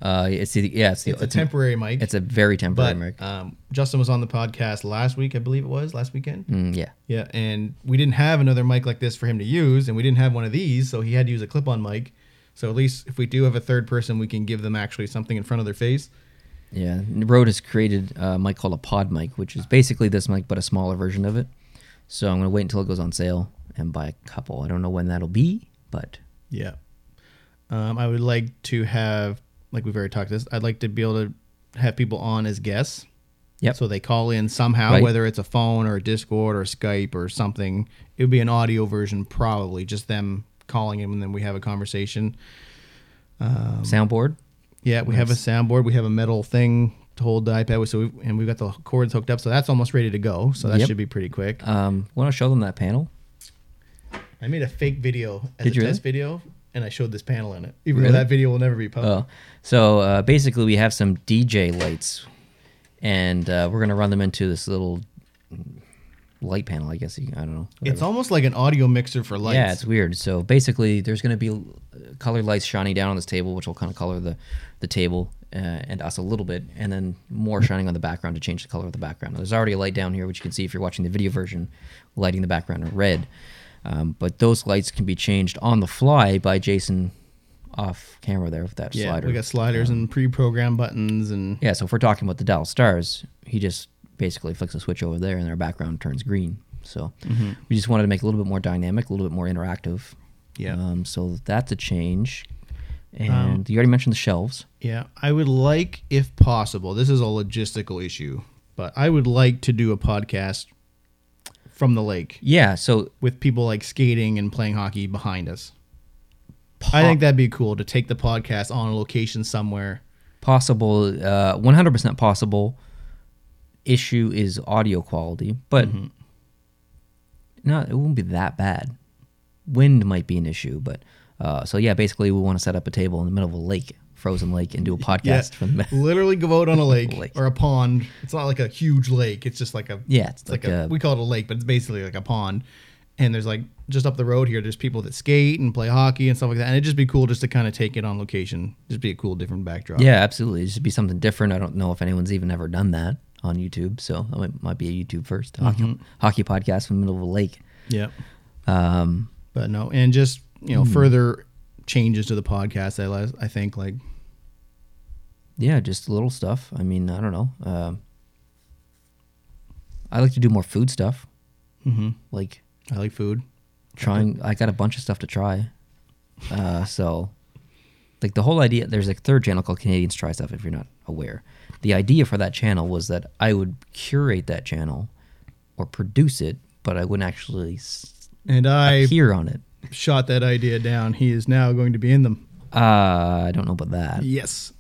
Uh, it's the, yeah, it's the
It's, a temporary mic.
it's a very temporary
but
American.
um, Justin was on the podcast last week, I believe it was last weekend.
Mm, yeah,
Yeah, and we didn't have another mic like this for him to use, and we didn't have one of these, so he had to use a clip-on mic. So at least if we do have a third person, we can give them actually something in front of their face.
yeah. Rode has created a mic called a pod mic, which is basically this mic but a smaller version of it. So I'm gonna wait until it goes on sale and buy a couple. I don't know when that'll be, but
Yeah. Um, I would like to have, like we've already talked this, I'd like to be able to have people on as guests.
Yep.
So they call in somehow,
Right.
whether it's a phone or a Discord or Skype or something. It would be an audio version, probably just them calling in, and then we have a conversation. Um,
soundboard.
Yeah, we have a soundboard. We have a metal thing to hold the iPad with. So we've, and we've got the cords hooked up. So that's almost ready to go. So that
Yep.
should be pretty quick.
Um, want to show them that panel?
I made a fake video as
Did
a
you
test video, and I showed this panel in it. Even though
Really?
that video will never be published.
Oh, so uh, basically we have some DJ lights, and uh, we're gonna run them into this little light panel. I guess you, I don't know.
it's almost like an audio mixer for lights.
Yeah, it's weird. So basically, there's going to be uh, colored lights shining down on this table, which will kind of color the, the table uh, and us a little bit, and then more shining on the background to change the color of the background. Now, there's already a light down here, which you can see if you're watching the video version, lighting the background red. Um, but those lights can be changed on the fly by Jason off camera there with that
yeah,
slider.
we got sliders and pre-programmed buttons and
Yeah, so if we're talking about the Dallas Stars, he just basically flicks a switch over there and their background turns green. So we just wanted to make it a little bit more dynamic, a little bit more interactive.
Yeah.
Um, so that's a change. And you already mentioned the shelves.
Yeah, I would like, if possible, this is a logistical issue, but I would like to do a podcast from the lake
Yeah, so
with people like skating and playing hockey behind us. I think that'd be cool to take the podcast on a location somewhere.
possible, uh, 100% possible issue is audio quality, but no, it won't be that bad. Wind might be an issue, but uh, so yeah, basically we want to set up a table in the middle of a lake, frozen lake, and do a podcast from the
literally go out on a lake,
Lake.
or a pond. It's not like a huge lake. It's just like a
Yeah, it's
it's like,
like
a,
a-
we call it a lake, but it's basically like a pond. And there's like just up the road here, there's people that skate and play hockey and stuff like that. And it'd just be cool just to kind of take it on location. Just be a cool different backdrop.
Yeah, absolutely. It should be something different. I don't know if anyone's even ever done that on YouTube, so it might, might be a YouTube first hockey,
Mm-hmm.
hockey podcast in the middle of a lake.
Yep.
Um, Hmm.
But no, and just you know further changes to the podcast. I li- I think like
yeah, just little stuff. I mean, I don't know. Um, I like to do more food stuff.
Mhm.
Like
I like food.
trying, I got a bunch of stuff to try. Uh, so, like the whole idea, there's a third channel called Canadians Try Stuff. If you're not aware, the idea for that channel was that I would curate that channel or produce it, but I wouldn't actually s-
And I
appear on it.
shot that idea down. He is now going to be in them.
Uh, I don't know about that.
Yes.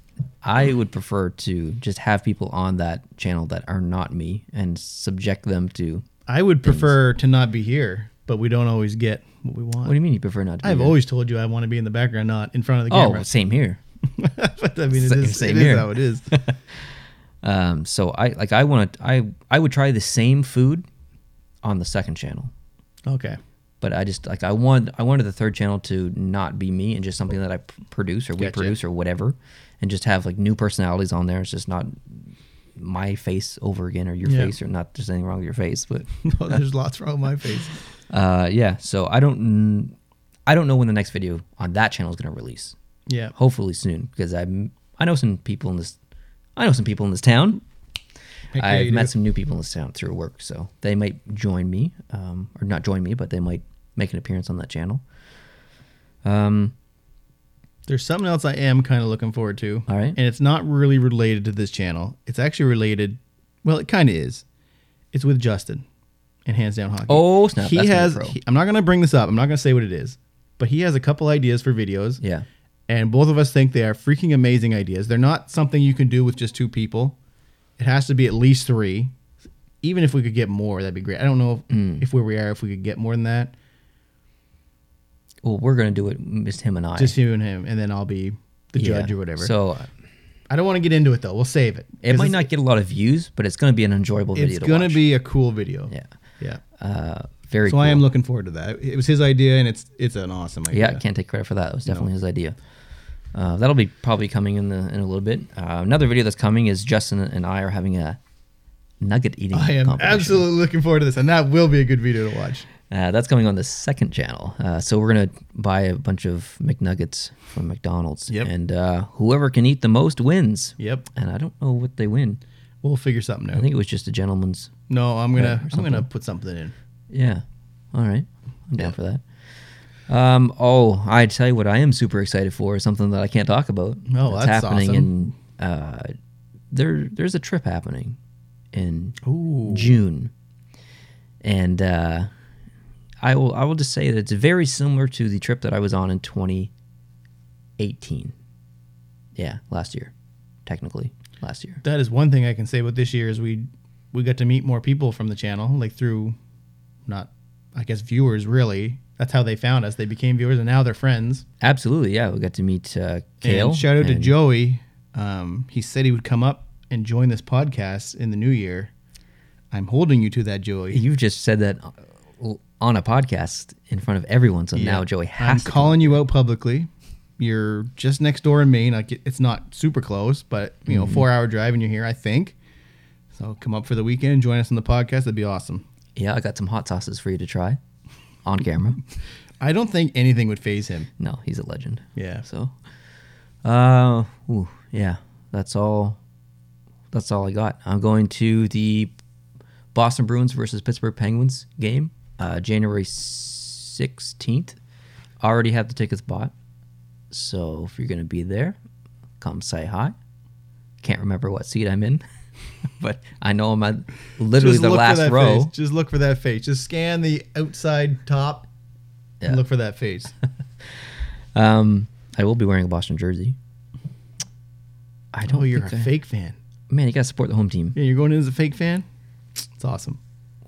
I would prefer to just have people on that channel that are not me and subject them to.
I would prefer to not be here, but we don't always get what we want.
What do you mean you prefer not to? be
I've
there?
always told you I want to be in the background, not in front of the
Oh,
camera.
same here.
but I mean, it
Same-
is,
same
it is
here.
how it is.
Um, so I like I want to I I would try the same food on the second channel,
Okay.
But I just like I want I wanted the third channel to not be me and just something that I p- produce or we
Gotcha.
produce or whatever, and just have like new personalities on there. It's just not my face over again or your
Yeah.
face or not. There's anything wrong with your face, but
oh, there's lots wrong with my face.
uh, yeah. So I don't I don't know when the next video on that channel is going to release.
Yeah.
Hopefully soon because I I know some people in this I know some people in this town.
Heck yeah,
I've
you
met
do.
some new people in this town through work, so they might join me, um, or not join me, but they might make an appearance on that channel. Um,
There's something else I am kind of looking forward to.
All right.
And it's not really related to this channel. It's actually related. Well, it kind of is. It's with Justin and Hands Down Hockey.
Oh, snap.
He
That's gonna be
has.
pro.
he- I'm not going to bring this up. I'm not going to say what it is. But he has a couple ideas for videos.
yeah,
And both of us think they are freaking amazing ideas. They're not something you can do with just two people. It has to be at least three. Even if we could get more, that'd be great. I don't know if, if where we are, if we could get more than that.
well, we're gonna do it, Miss him and I,
Just you and him, and then I'll be the
Yeah.
judge or whatever.
So uh,
I don't want to get into it though. We'll save it.
it
'Cause
might
it's-
not get a lot of views, but it's gonna be an enjoyable video.
It's
to
gonna
watch.
be a cool video.
yeah,
Yeah.
uh, very.
So
cool.
I am looking forward to that. It was his idea, and it's it's an awesome idea.
Yeah, I can't take credit for that. It was definitely his idea. Uh, that'll be probably coming in the in a little bit. Uh, another video that's coming is Justin and I are having a nugget eating.
I am
competition.
absolutely looking forward to this, and that will be a good video to watch.
Uh, that's coming on the second channel. Uh, so we're gonna buy a bunch of McNuggets from McDonald's,
Yep.
and uh, whoever can eat the most wins.
Yep.
And I don't know what they win.
We'll figure something
I
out.
think it was just a gentleman's.
No, I'm gonna
or
I'm
something.
gonna put something in.
Yeah. All right. I'm down for that. Um, oh, I tell you what, I am super excited for is something that I can't talk about.
Oh, that's
happening in. Uh, there, there's a trip happening in
Ooh.
June, and uh, I will I will just say that it's very similar to the trip that I was on in 2018. Yeah, last year, technically last year.
That is one thing I can say about this year is we we got to meet more people from the channel, like through not I guess viewers really. That's how they found us. They became viewers, and now they're friends.
Absolutely, yeah. We got to meet uh, Kale.
And shout out to
and-
Joey. Um, he said he would come up and join this podcast in the new year. I'm holding you to that, Joey.
You've just said that uh, on a podcast in front of everyone, so now Joey
I'm
has to.
calling you out publicly. You're just next door in Maine. Like it- it's not super close, but you
Mm-hmm.
know, four hour drive, and you're here. I think. So come up for the weekend, join us on the podcast. That'd be awesome.
yeah, I got some hot sauces for you to try on camera.
I don't think anything would phase him.
no, he's a legend.
Yeah.
So, uh, ooh, yeah, that's all. That's all I got. I'm going to the Boston Bruins versus Pittsburgh Penguins game, uh, January 16th. I already have the tickets bought, so if you're gonna be there, come say hi. Can't remember what seat I'm in, but I know I'm at literally the
look for
last
that
row.
Face. Just look for that face. Just scan the outside top
Yeah.
and look for that face.
Um, I will be wearing a Boston jersey. I don't.
oh, you're a
think I-
fake fan.
man. You gotta support the home team.
Yeah, you're going in as a fake fan. It's awesome.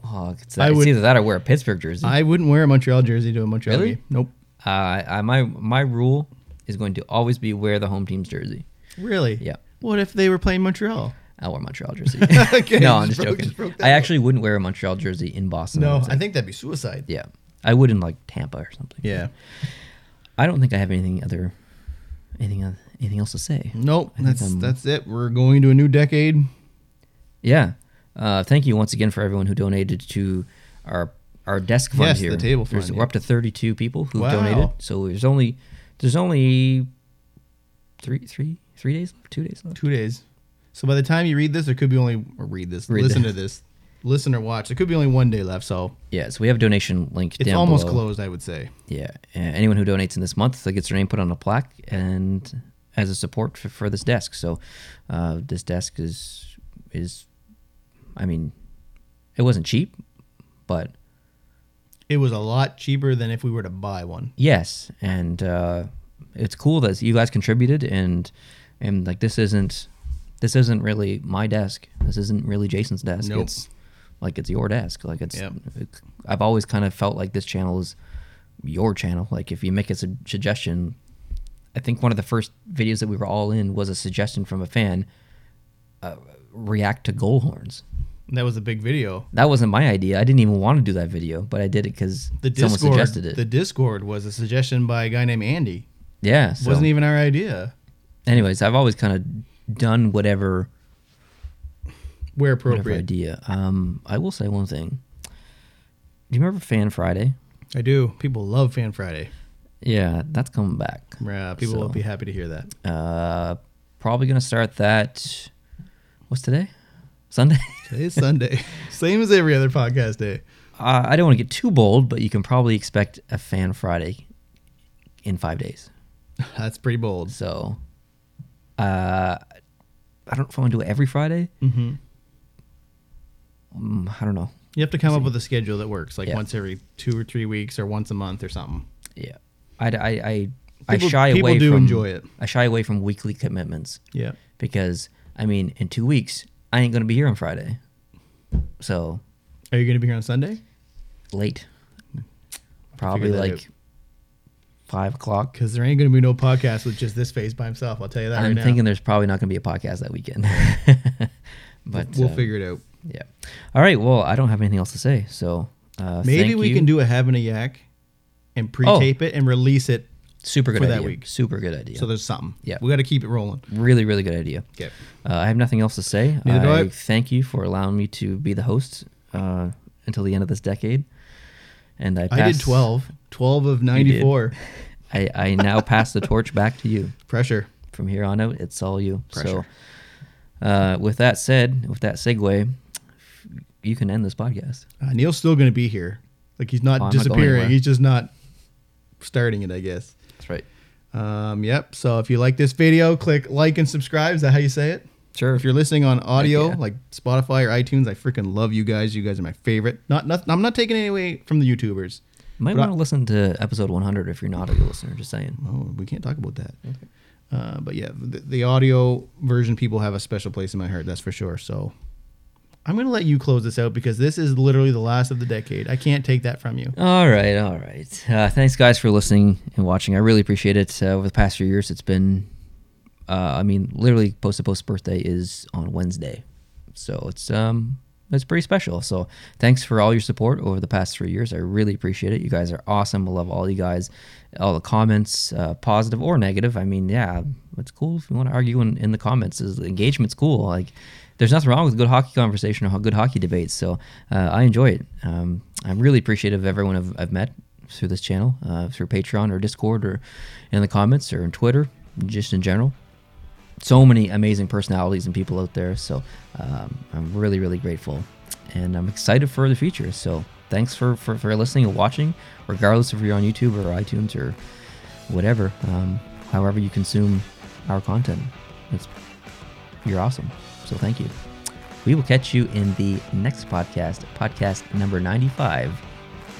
Oh, it's,
I
it's
would-
either that or wear a Pittsburgh jersey.
I wouldn't wear a Montreal jersey to a Montreal
Really?
game. Nope.
uh, I, my my rule is going to always be wear the home team's jersey.
Really?
Yeah.
What if they were playing Montreal?
I'll wear a Montreal jersey.
Okay,
no, I'm just
just broke-
joking.
just broke that
I actually wouldn't wear a Montreal jersey in Boston.
No,
was
I
like-
think that'd be suicide.
yeah, I would in like Tampa or something.
Yeah.
I don't think I have anything other, anything oth- anything else to say.
Nope.
think
That's
I'm-
that's it. We're going to a new decade.
Yeah, uh, thank you once again for everyone who donated to our our desk fund
Yes, the
here.
table
There's-
fund,
We're up to 32 people who
Wow.
have donated. So there's only there's only three three three days left, two days left.
Two days. So by the time you read this, there could be only or read this,
Read
listen
this.
to this, listen or watch. There could be only one day left. So
Yeah, so we have a donation link
it's
down
almost
below.
closed, I would say.
Yeah, and anyone who donates in this month that gets their name put on a plaque and as a support for, for this desk. So uh, this desk is is, I mean, it wasn't cheap, but
It was a lot cheaper than if we were to buy one.
yes, and uh, it's cool that you guys contributed and and like this isn't this isn't really my desk. This isn't really Jason's desk.
Nope.
It's like it's your desk. Like it's
Yep.
it- I've always kind of felt like this channel is your channel. Like if you make a su- suggestion, I think one of the first videos that we were all in was a suggestion from a fan. Uh, react to goal horns.
That was a big video.
That wasn't my idea. I didn't even want to do that video, but I did it because
The
someone
Discord,
suggested it.
the Discord was a suggestion by a guy named Andy.
yeah. So,
Wasn't even our idea.
anyways, I've always kind of done whatever
Where
whatever
appropriate.
idea. Um, I will say one thing. Do you remember Fan Friday?
I do. People love Fan Friday.
Yeah, that's coming back.
Yeah, people will
So-
be happy to hear that.
Uh, probably gonna start that. What's today? Sunday.
Today's Sunday, same as every other podcast day.
uh, I don't want to get too bold, but you can probably expect a Fan Friday in five days.
That's pretty bold.
So, uh, I don't know if I'm gonna do it every Friday.
Mm-hmm.
Mm, I don't know.
You have to come up with a schedule that works, like
Yeah.
once every two or three weeks, or once a month, or something.
Yeah, I I I, I
People-
shy
people
away.
do
from,
enjoy it.
I shy away from weekly commitments
Yeah.
because I mean, in two weeks, I ain't gonna be here on Friday, so
Are you going to be here on Sunday?
late. Probably
that
like
out.
five o'clock.
Because there ain't going to be no podcast with just this face by himself. I'll tell you that
I'm
right
thinking
now.
there's probably not gonna be a podcast that weekend. but
we'll
uh,
figure it out.
Yeah. All right. Well, I don't have anything else to say. So uh,
Maybe
thank
we
you.
can do a having a yak and pre-tape it and release it.
super good
for that
idea.
week.
Super good idea.
So there's something.
Yeah.
We got to keep it rolling.
really, really good idea.
Okay.
Uh, I have nothing else to say.
Neither do
I
I.
thank you for allowing me to be the host uh, until the end of this decade. And I, passed,
I did 12. 12 of 94.
I, I now pass the torch back to you.
Pressure.
From here on out, it's all you.
Pressure.
So, uh, with that said, with that segue, you can end this podcast.
Uh, Neil's still going to be here. Like he's not
Oh, I'm not going
disappearing.
anywhere.
He's just not starting it, I guess.
That's right.
Um, yep. So if you like this video, click like and subscribe. Is that how you say it?
Sure.
If you're listening on audio,
yeah.
like Spotify or iTunes, I freaking love you guys. You guys are my favorite. Not, not I'm not taking any away from the YouTubers.
Might
But I-
want to listen to episode 100 if you're not a good listener. Just saying.
Oh, we can't talk about that. Uh, but yeah, the, the audio version people have a special place in my heart. That's for sure. So I'm gonna let you close this out because this is literally the last of the decade. I can't take that from you.
All right, all right. Uh, thanks, guys, for listening and watching. I really appreciate it. Uh, over the past few years, it's been, uh, I mean, literally, Post to Post birthday is on Wednesday, so it's um, it's pretty special. So thanks for all your support over the past three years. I really appreciate it. You guys are awesome. I love all you guys, all the comments, uh, positive or negative. I mean, yeah, it's cool if you want to argue in, in the comments. Is engagement's cool? Like. There's nothing wrong with good hockey conversation or good hockey debates, so uh, I enjoy it. Um, I'm really appreciative of everyone I've, I've met through this channel, uh, through Patreon or Discord or in the comments or in Twitter, just in general. So many amazing personalities and people out there. So um, I'm really, really grateful. And I'm excited for the future. So thanks for, for, for listening and watching, regardless if you're on YouTube or iTunes or whatever, um, however you consume our content. It's, you're awesome. So thank you. We will catch you in the next podcast, podcast number 95,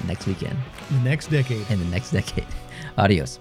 next weekend
The next decade.
in the next decade. Adios.